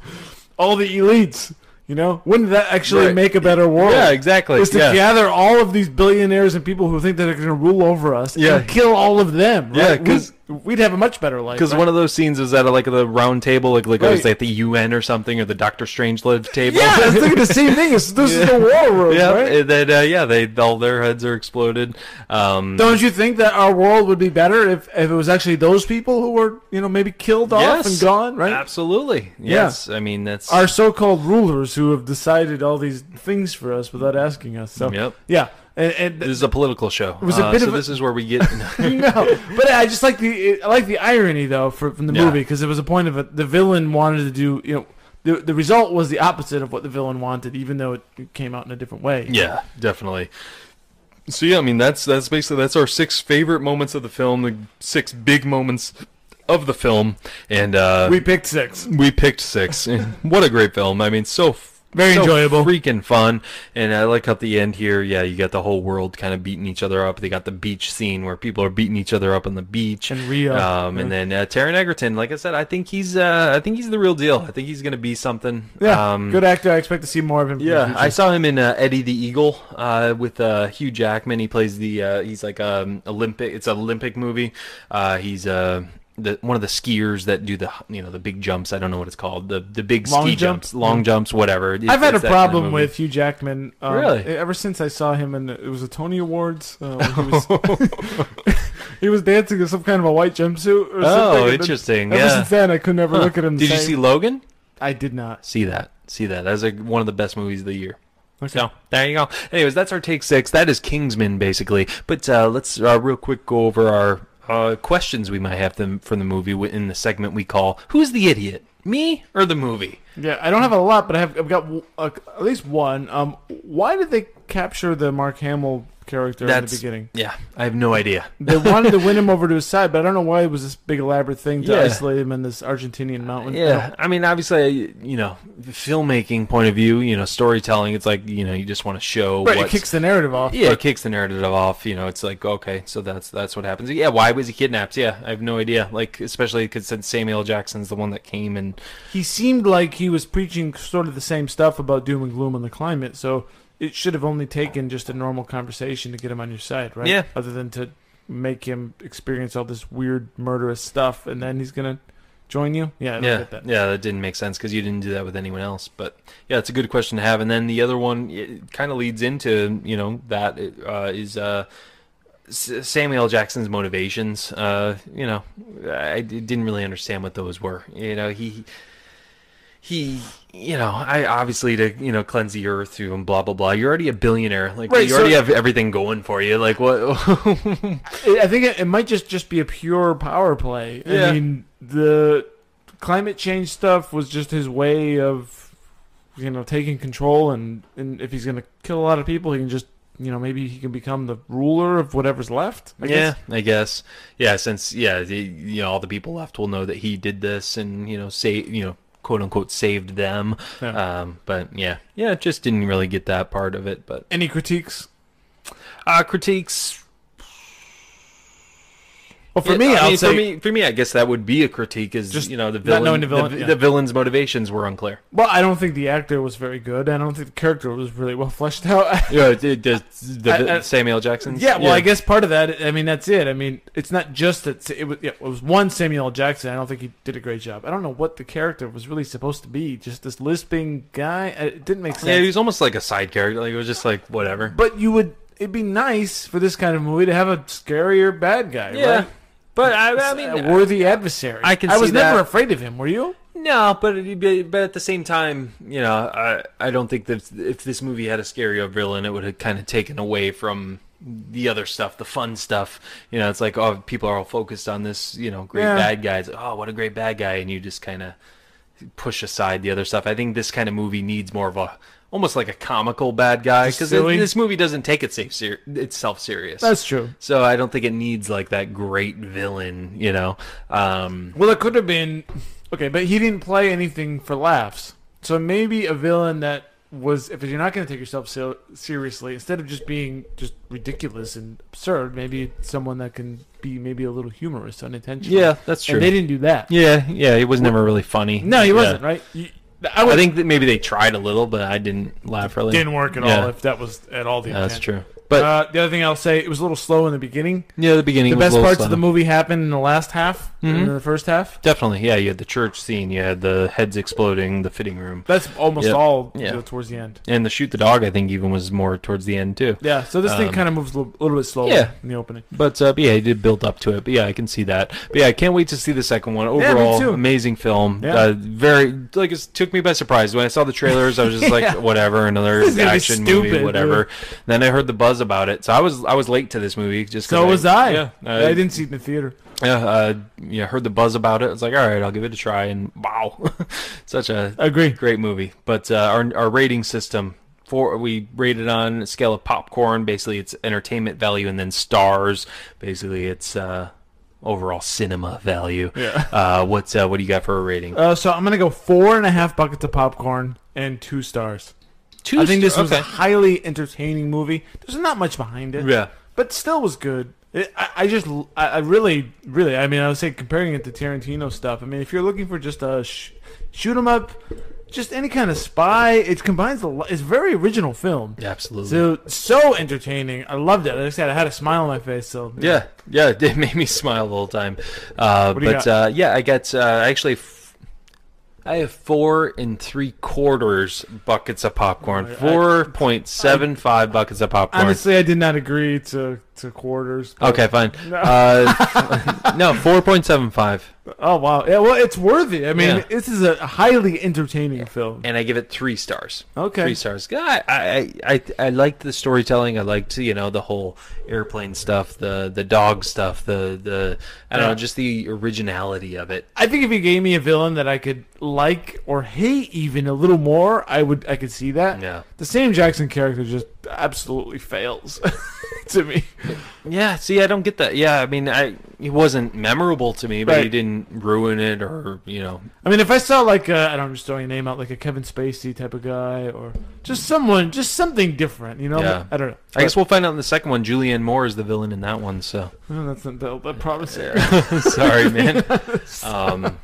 [SPEAKER 2] all the elites. You know, wouldn't that actually
[SPEAKER 1] Right.
[SPEAKER 2] make a better world?
[SPEAKER 1] Yeah, exactly.
[SPEAKER 2] Is to
[SPEAKER 1] Yeah.
[SPEAKER 2] gather all of these billionaires and people who think that they're going to rule over us
[SPEAKER 1] Yeah.
[SPEAKER 2] and kill all of them.
[SPEAKER 1] Yeah,
[SPEAKER 2] right?
[SPEAKER 1] 'cause-
[SPEAKER 2] We'd- we'd have a much better life.
[SPEAKER 1] Because
[SPEAKER 2] right?
[SPEAKER 1] one of those scenes is at like the round table, like like it was
[SPEAKER 2] Right.
[SPEAKER 1] at the UN or something, or the Doctor Strangelove table.
[SPEAKER 2] Yeah, I was thinking the same thing. It's, this is the war room,
[SPEAKER 1] yeah.
[SPEAKER 2] right?
[SPEAKER 1] and then, uh, yeah, they all their heads are exploded. Um,
[SPEAKER 2] Don't you think that our world would be better if, if it was actually those people who were, you know, maybe killed off
[SPEAKER 1] Yes.
[SPEAKER 2] and gone, right?
[SPEAKER 1] absolutely. Yes, I mean that's
[SPEAKER 2] Our so-called rulers who have decided all these things for us without asking us. So
[SPEAKER 1] Yep.
[SPEAKER 2] yeah, and, and
[SPEAKER 1] this is a political show.
[SPEAKER 2] was a
[SPEAKER 1] Uh,
[SPEAKER 2] bit
[SPEAKER 1] so
[SPEAKER 2] of a-
[SPEAKER 1] this is where we get.
[SPEAKER 2] no, but I just like the I like the irony though for, from the
[SPEAKER 1] Yeah.
[SPEAKER 2] movie because it was a point of it. The villain wanted to do you know the the result was the opposite of what the villain wanted, even though it came out in a different way.
[SPEAKER 1] Yeah, definitely. So yeah, I mean that's that's basically that's our six favorite moments of the film, the six big moments of the film, and uh,
[SPEAKER 2] we picked six.
[SPEAKER 1] we picked six. And what a great film! I mean, so f-
[SPEAKER 2] Very
[SPEAKER 1] so
[SPEAKER 2] enjoyable.
[SPEAKER 1] freaking fun. And I like at the end here, yeah, you got the whole world kind of beating each other up. They got the beach scene where people are beating each other up on the beach
[SPEAKER 2] And Rio.
[SPEAKER 1] Um, and then uh, Taron Egerton, like I said, I think he's uh, I think he's the real deal. I think he's gonna be something.
[SPEAKER 2] Yeah,
[SPEAKER 1] um,
[SPEAKER 2] good actor. I expect to see more of him.
[SPEAKER 1] yeah, I saw him in uh, Eddie the Eagle uh, with uh, Hugh Jackman. He plays the uh, he's like um, Olympic. It's an Olympic movie. Uh, he's uh, the, one of the skiers that do the you know the big jumps. I don't know what it's called. The the big
[SPEAKER 2] Long
[SPEAKER 1] ski
[SPEAKER 2] jump?
[SPEAKER 1] jumps, long jumps, whatever. It-
[SPEAKER 2] I've had a
[SPEAKER 1] it's that kind of
[SPEAKER 2] problem
[SPEAKER 1] movie.
[SPEAKER 2] with Hugh Jackman. um,
[SPEAKER 1] Really?
[SPEAKER 2] Ever since I saw him in the, it was a Tony Awards. Uh, when he, was, he was dancing in some kind of a white jumpsuit or something.
[SPEAKER 1] Oh,
[SPEAKER 2] and then-
[SPEAKER 1] interesting.
[SPEAKER 2] Ever
[SPEAKER 1] Yeah.
[SPEAKER 2] since then, I could never
[SPEAKER 1] Huh.
[SPEAKER 2] look at him. the
[SPEAKER 1] Did you
[SPEAKER 2] same.
[SPEAKER 1] see Logan?
[SPEAKER 2] I did not.
[SPEAKER 1] See that. See that. That's like one of the best movies of the year.
[SPEAKER 2] Okay.
[SPEAKER 1] So there you go. Anyways, that's our take six. That is Kingsman, basically. But uh, let's uh, real quick go over our uh, questions we might have them from the movie wi- in the segment we call "Who's the Idiot?" Me or the movie?
[SPEAKER 2] Yeah, I don't have a lot, but I have. I've got w- uh, at least one. Um, why did they capture the Mark Hamill character in the
[SPEAKER 1] That's-
[SPEAKER 2] beginning?
[SPEAKER 1] Yeah, I have no idea.
[SPEAKER 2] They wanted to win him over to his side, but I don't know why it was this big elaborate thing to
[SPEAKER 1] Yeah.
[SPEAKER 2] isolate him in this Argentinian mountain. I
[SPEAKER 1] Yeah, I mean, obviously, you know, the filmmaking point of view, you know, storytelling. It's like you know, you just want to show.
[SPEAKER 2] Right, it
[SPEAKER 1] what's-
[SPEAKER 2] kicks the narrative off.
[SPEAKER 1] Yeah, it kicks the narrative off. You know, it's like okay, so that's that's what happens. Yeah, why was he kidnapped? Yeah, I have no idea. Like, especially because since Samuel L. Jackson's the one that came and
[SPEAKER 2] He seemed like he was preaching sort of the same stuff about doom and gloom and the climate, so it should have only taken just a normal conversation to get him on your side, right?
[SPEAKER 1] Yeah.
[SPEAKER 2] Other than to make him experience all this weird murderous stuff, and then he's gonna join you. Yeah, I don't
[SPEAKER 1] yeah,
[SPEAKER 2] get that.
[SPEAKER 1] yeah, that didn't make sense because you didn't do that with anyone else. But yeah, it's a good question to have. And then the other one it kind of leads into you know that uh, is uh, S- Samuel L. Jackson's motivations. Uh, you know, I d- didn't really understand what those were. You know, he he you know i obviously to you know cleanse the earth through and blah blah blah you're already a billionaire like
[SPEAKER 2] Right,
[SPEAKER 1] you already
[SPEAKER 2] so-
[SPEAKER 1] have everything going for you like what
[SPEAKER 2] I I think it, it might just just be a pure power play. I
[SPEAKER 1] Yeah.
[SPEAKER 2] mean, the climate change stuff was just his way of, you know, taking control. And, and if he's going to kill a lot of people, he can just, you know, maybe he can become the ruler of whatever's left. I
[SPEAKER 1] yeah,
[SPEAKER 2] guess.
[SPEAKER 1] I guess. Yeah, since yeah, the, you know all the people left will know that he did this and you know say you know quote unquote saved them.
[SPEAKER 2] Yeah.
[SPEAKER 1] Um, but yeah, yeah, just didn't really get that part of it. But
[SPEAKER 2] Any critiques?
[SPEAKER 1] uh, critiques.
[SPEAKER 2] Well, for
[SPEAKER 1] yeah,
[SPEAKER 2] me,
[SPEAKER 1] I
[SPEAKER 2] I'll
[SPEAKER 1] mean,
[SPEAKER 2] say.
[SPEAKER 1] for me, for me, I guess that would be a critique. Is
[SPEAKER 2] Just
[SPEAKER 1] you know the
[SPEAKER 2] not
[SPEAKER 1] villain,
[SPEAKER 2] knowing the villain, yeah.
[SPEAKER 1] the villain's motivations were unclear.
[SPEAKER 2] well, I don't think the actor was very good. I don't think the character was really well fleshed out.
[SPEAKER 1] Yeah, it, it, the, the,
[SPEAKER 2] I- I-
[SPEAKER 1] Samuel Jackson.
[SPEAKER 2] Yeah, well, I guess part of that. I mean, that's it. I mean, it's not just that it was. yeah, It was one Samuel L. Jackson. I don't think he did a great job. I don't know what the character was really supposed to be. Just this lisping guy. Uh, It didn't make
[SPEAKER 1] Yeah,
[SPEAKER 2] sense.
[SPEAKER 1] he was almost like a side character. Like it was just like whatever.
[SPEAKER 2] but you would. It'd be nice for this kind of movie to have a scarier bad guy. right?
[SPEAKER 1] but I, I
[SPEAKER 2] a worthy adversary.
[SPEAKER 1] I can
[SPEAKER 2] I was
[SPEAKER 1] see
[SPEAKER 2] never
[SPEAKER 1] that.
[SPEAKER 2] afraid of him. Were you?
[SPEAKER 1] No, but it- but but at the same time, you know, I I don't think that if this movie had a scarier villain, it would have kind of taken away from the other stuff, the fun stuff. You know, it's like oh, people are all focused on this, you know, great
[SPEAKER 2] Yeah.
[SPEAKER 1] bad guy. It's like, oh, what a great bad guy, and you just kind of push aside the other stuff. I think this kind of movie needs more of a almost like a comical bad guy
[SPEAKER 2] Just
[SPEAKER 1] because
[SPEAKER 2] silly.
[SPEAKER 1] this movie doesn't take itself ser- itself serious.
[SPEAKER 2] That's true.
[SPEAKER 1] so I don't think it needs like that great villain, you know. Um,
[SPEAKER 2] Well, it could have been okay, but he didn't play anything for laughs. So maybe a villain that was if you're not going to take yourself so seriously, instead of just being just ridiculous and absurd, maybe it's someone that can be maybe a little humorous unintentionally.
[SPEAKER 1] Yeah, that's true.
[SPEAKER 2] And they didn't do that.
[SPEAKER 1] yeah, yeah, he was never really funny.
[SPEAKER 2] No, he
[SPEAKER 1] Yeah.
[SPEAKER 2] wasn't right. You, I,
[SPEAKER 1] I
[SPEAKER 2] would,
[SPEAKER 1] think that maybe they tried a little, but I didn't laugh really.
[SPEAKER 2] didn't work at
[SPEAKER 1] Yeah.
[SPEAKER 2] all if that was at all the
[SPEAKER 1] Yeah,
[SPEAKER 2] intent.
[SPEAKER 1] that's true. But
[SPEAKER 2] uh, the other thing I'll say, it was a little slow in the beginning.
[SPEAKER 1] yeah, the beginning.
[SPEAKER 2] The
[SPEAKER 1] was a
[SPEAKER 2] best
[SPEAKER 1] little
[SPEAKER 2] parts of
[SPEAKER 1] slow. Mm-hmm.
[SPEAKER 2] the movie happened in the last half, and in the first half.
[SPEAKER 1] Definitely, yeah. You had the church scene. You had the heads exploding, the fitting room,
[SPEAKER 2] That's almost
[SPEAKER 1] Yeah.
[SPEAKER 2] all you
[SPEAKER 1] Yeah.
[SPEAKER 2] know, towards the end.
[SPEAKER 1] and the shoot the dog. I think even was more towards the end too.
[SPEAKER 2] Yeah, so this thing
[SPEAKER 1] Um,
[SPEAKER 2] kind of moves a little, little bit slower
[SPEAKER 1] yeah.
[SPEAKER 2] in the opening.
[SPEAKER 1] But, uh, but yeah, he did build up to it. But yeah, I can see that. But yeah, I can't wait to see the second one.
[SPEAKER 2] me
[SPEAKER 1] Overall,
[SPEAKER 2] too.
[SPEAKER 1] amazing film.
[SPEAKER 2] Yeah.
[SPEAKER 1] Uh, very like it took me by surprise when I saw the trailers. I was just
[SPEAKER 2] Yeah.
[SPEAKER 1] like, whatever, another
[SPEAKER 2] This is gonna be
[SPEAKER 1] action
[SPEAKER 2] stupid,
[SPEAKER 1] movie, whatever. Then I heard the buzz about it, so I was I was late to this movie. Just 'cause
[SPEAKER 2] So was I.
[SPEAKER 1] Yeah,
[SPEAKER 2] I didn't see it in the theater.
[SPEAKER 1] Yeah, uh, yeah, heard the buzz about it. I was like, all right, I'll give it a try. And wow, such a
[SPEAKER 2] Agree.
[SPEAKER 1] great movie. But uh, our our rating system for we rated on a scale of popcorn. Basically, it's entertainment value, and then stars. Basically, it's uh, overall cinema value.
[SPEAKER 2] Yeah.
[SPEAKER 1] Uh, what's uh, what do you got for a rating?
[SPEAKER 2] Uh, so I'm gonna go four and a half buckets of popcorn and two stars.
[SPEAKER 1] Two.
[SPEAKER 2] I think this
[SPEAKER 1] star-
[SPEAKER 2] was a highly entertaining movie. There's not much behind it.
[SPEAKER 1] Yeah.
[SPEAKER 2] but still was good. It, I, I just, I, I really, really, I mean, I would say comparing it to Tarantino stuff. I mean, if you're looking for just a sh- shoot 'em up, just any kind of spy, it combines a lot. It's a very original film.
[SPEAKER 1] Yeah, absolutely.
[SPEAKER 2] So so entertaining. I loved it. Like I said, I had a smile on my face. So
[SPEAKER 1] Yeah, yeah, it did make me smile the whole time. Uh,
[SPEAKER 2] do you
[SPEAKER 1] but
[SPEAKER 2] got?
[SPEAKER 1] uh, yeah, I got uh, actually. F- I have four and three quarters buckets of
[SPEAKER 2] Oh,
[SPEAKER 1] popcorn. Four point seven five buckets of popcorn.
[SPEAKER 2] Honestly, I did not agree to to quarters. but-
[SPEAKER 1] okay, fine.
[SPEAKER 2] No.
[SPEAKER 1] Uh, no, four point seven five,
[SPEAKER 2] Oh wow. Yeah. Well, it's worthy. I mean,
[SPEAKER 1] Yeah.
[SPEAKER 2] this is a highly entertaining film.
[SPEAKER 1] and I give it three stars.
[SPEAKER 2] Okay.
[SPEAKER 1] Three stars. I I I, I liked the storytelling. I liked you know the whole airplane stuff, the the dog stuff, the the I don't
[SPEAKER 2] Yeah.
[SPEAKER 1] know, just the originality of it.
[SPEAKER 2] I think if you gave me a villain that I could like or hate even a little more, I would I could see that.
[SPEAKER 1] Yeah.
[SPEAKER 2] The Sam Jackson character just absolutely fails to me.
[SPEAKER 1] Yeah, see, I don't get that. Yeah, I mean, I he wasn't memorable to me, but he
[SPEAKER 2] Right.
[SPEAKER 1] didn't ruin it or you know.
[SPEAKER 2] I mean, if I saw like I I don't know, I'm just throwing a name out like a Kevin Spacey type of guy or just someone, just something different, you know?
[SPEAKER 1] Yeah.
[SPEAKER 2] I don't know.
[SPEAKER 1] I guess we'll find out in the second one. Julianne Moore is the villain in that one, so
[SPEAKER 2] Well, that's not that, that promising.
[SPEAKER 1] sorry, man. Um,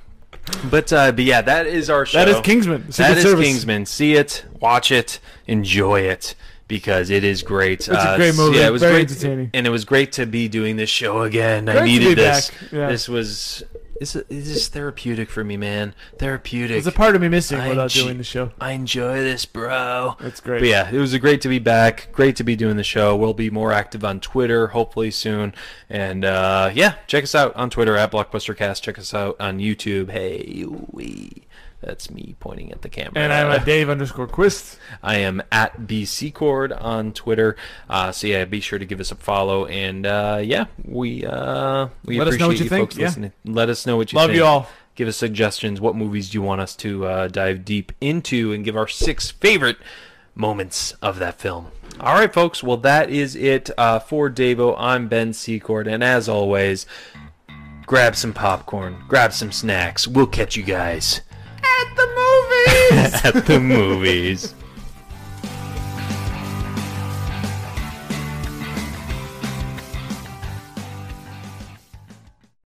[SPEAKER 1] but uh, but yeah, that is our show.
[SPEAKER 2] That is Kingsman. Secret
[SPEAKER 1] That is
[SPEAKER 2] Service.
[SPEAKER 1] Kingsman. See it, watch it, enjoy it because it is great. It's
[SPEAKER 2] a great movie.
[SPEAKER 1] Yeah, it was
[SPEAKER 2] Very
[SPEAKER 1] great,
[SPEAKER 2] entertaining.
[SPEAKER 1] and it was great to be doing this show again.
[SPEAKER 2] Great
[SPEAKER 1] I
[SPEAKER 2] to
[SPEAKER 1] needed
[SPEAKER 2] be
[SPEAKER 1] this.
[SPEAKER 2] back, yeah.
[SPEAKER 1] This was. This is, this is therapeutic for me, man. Therapeutic.
[SPEAKER 2] There's a part of me missing
[SPEAKER 1] I
[SPEAKER 2] without
[SPEAKER 1] enjoy-
[SPEAKER 2] doing the show.
[SPEAKER 1] I enjoy this, bro.
[SPEAKER 2] That's great.
[SPEAKER 1] But yeah, it was great to be back. Great to be doing the show. We'll be more active on Twitter, hopefully soon. And uh, yeah, check us out on Twitter at BlockbusterCast. Check us out on YouTube. Hey, we. That's me pointing at the camera.
[SPEAKER 2] And I'm a Dave underscore Quist.
[SPEAKER 1] I am at BC Cord on Twitter. Uh, so yeah, be sure to give us a follow. And uh, yeah, we uh, we
[SPEAKER 2] Let us
[SPEAKER 1] appreciate
[SPEAKER 2] know what you
[SPEAKER 1] you,
[SPEAKER 2] think,
[SPEAKER 1] folks
[SPEAKER 2] yeah.
[SPEAKER 1] listening. Let us know what you
[SPEAKER 2] Love
[SPEAKER 1] think.
[SPEAKER 2] you all.
[SPEAKER 1] Give us suggestions. What movies do you want us to uh, dive deep into and give our six favorite moments of that film? All right, folks. Well, that is it uh, for Davo. I'm Ben Secord. And as always, grab some popcorn, grab some snacks. We'll catch you guys at the movies. at the movies.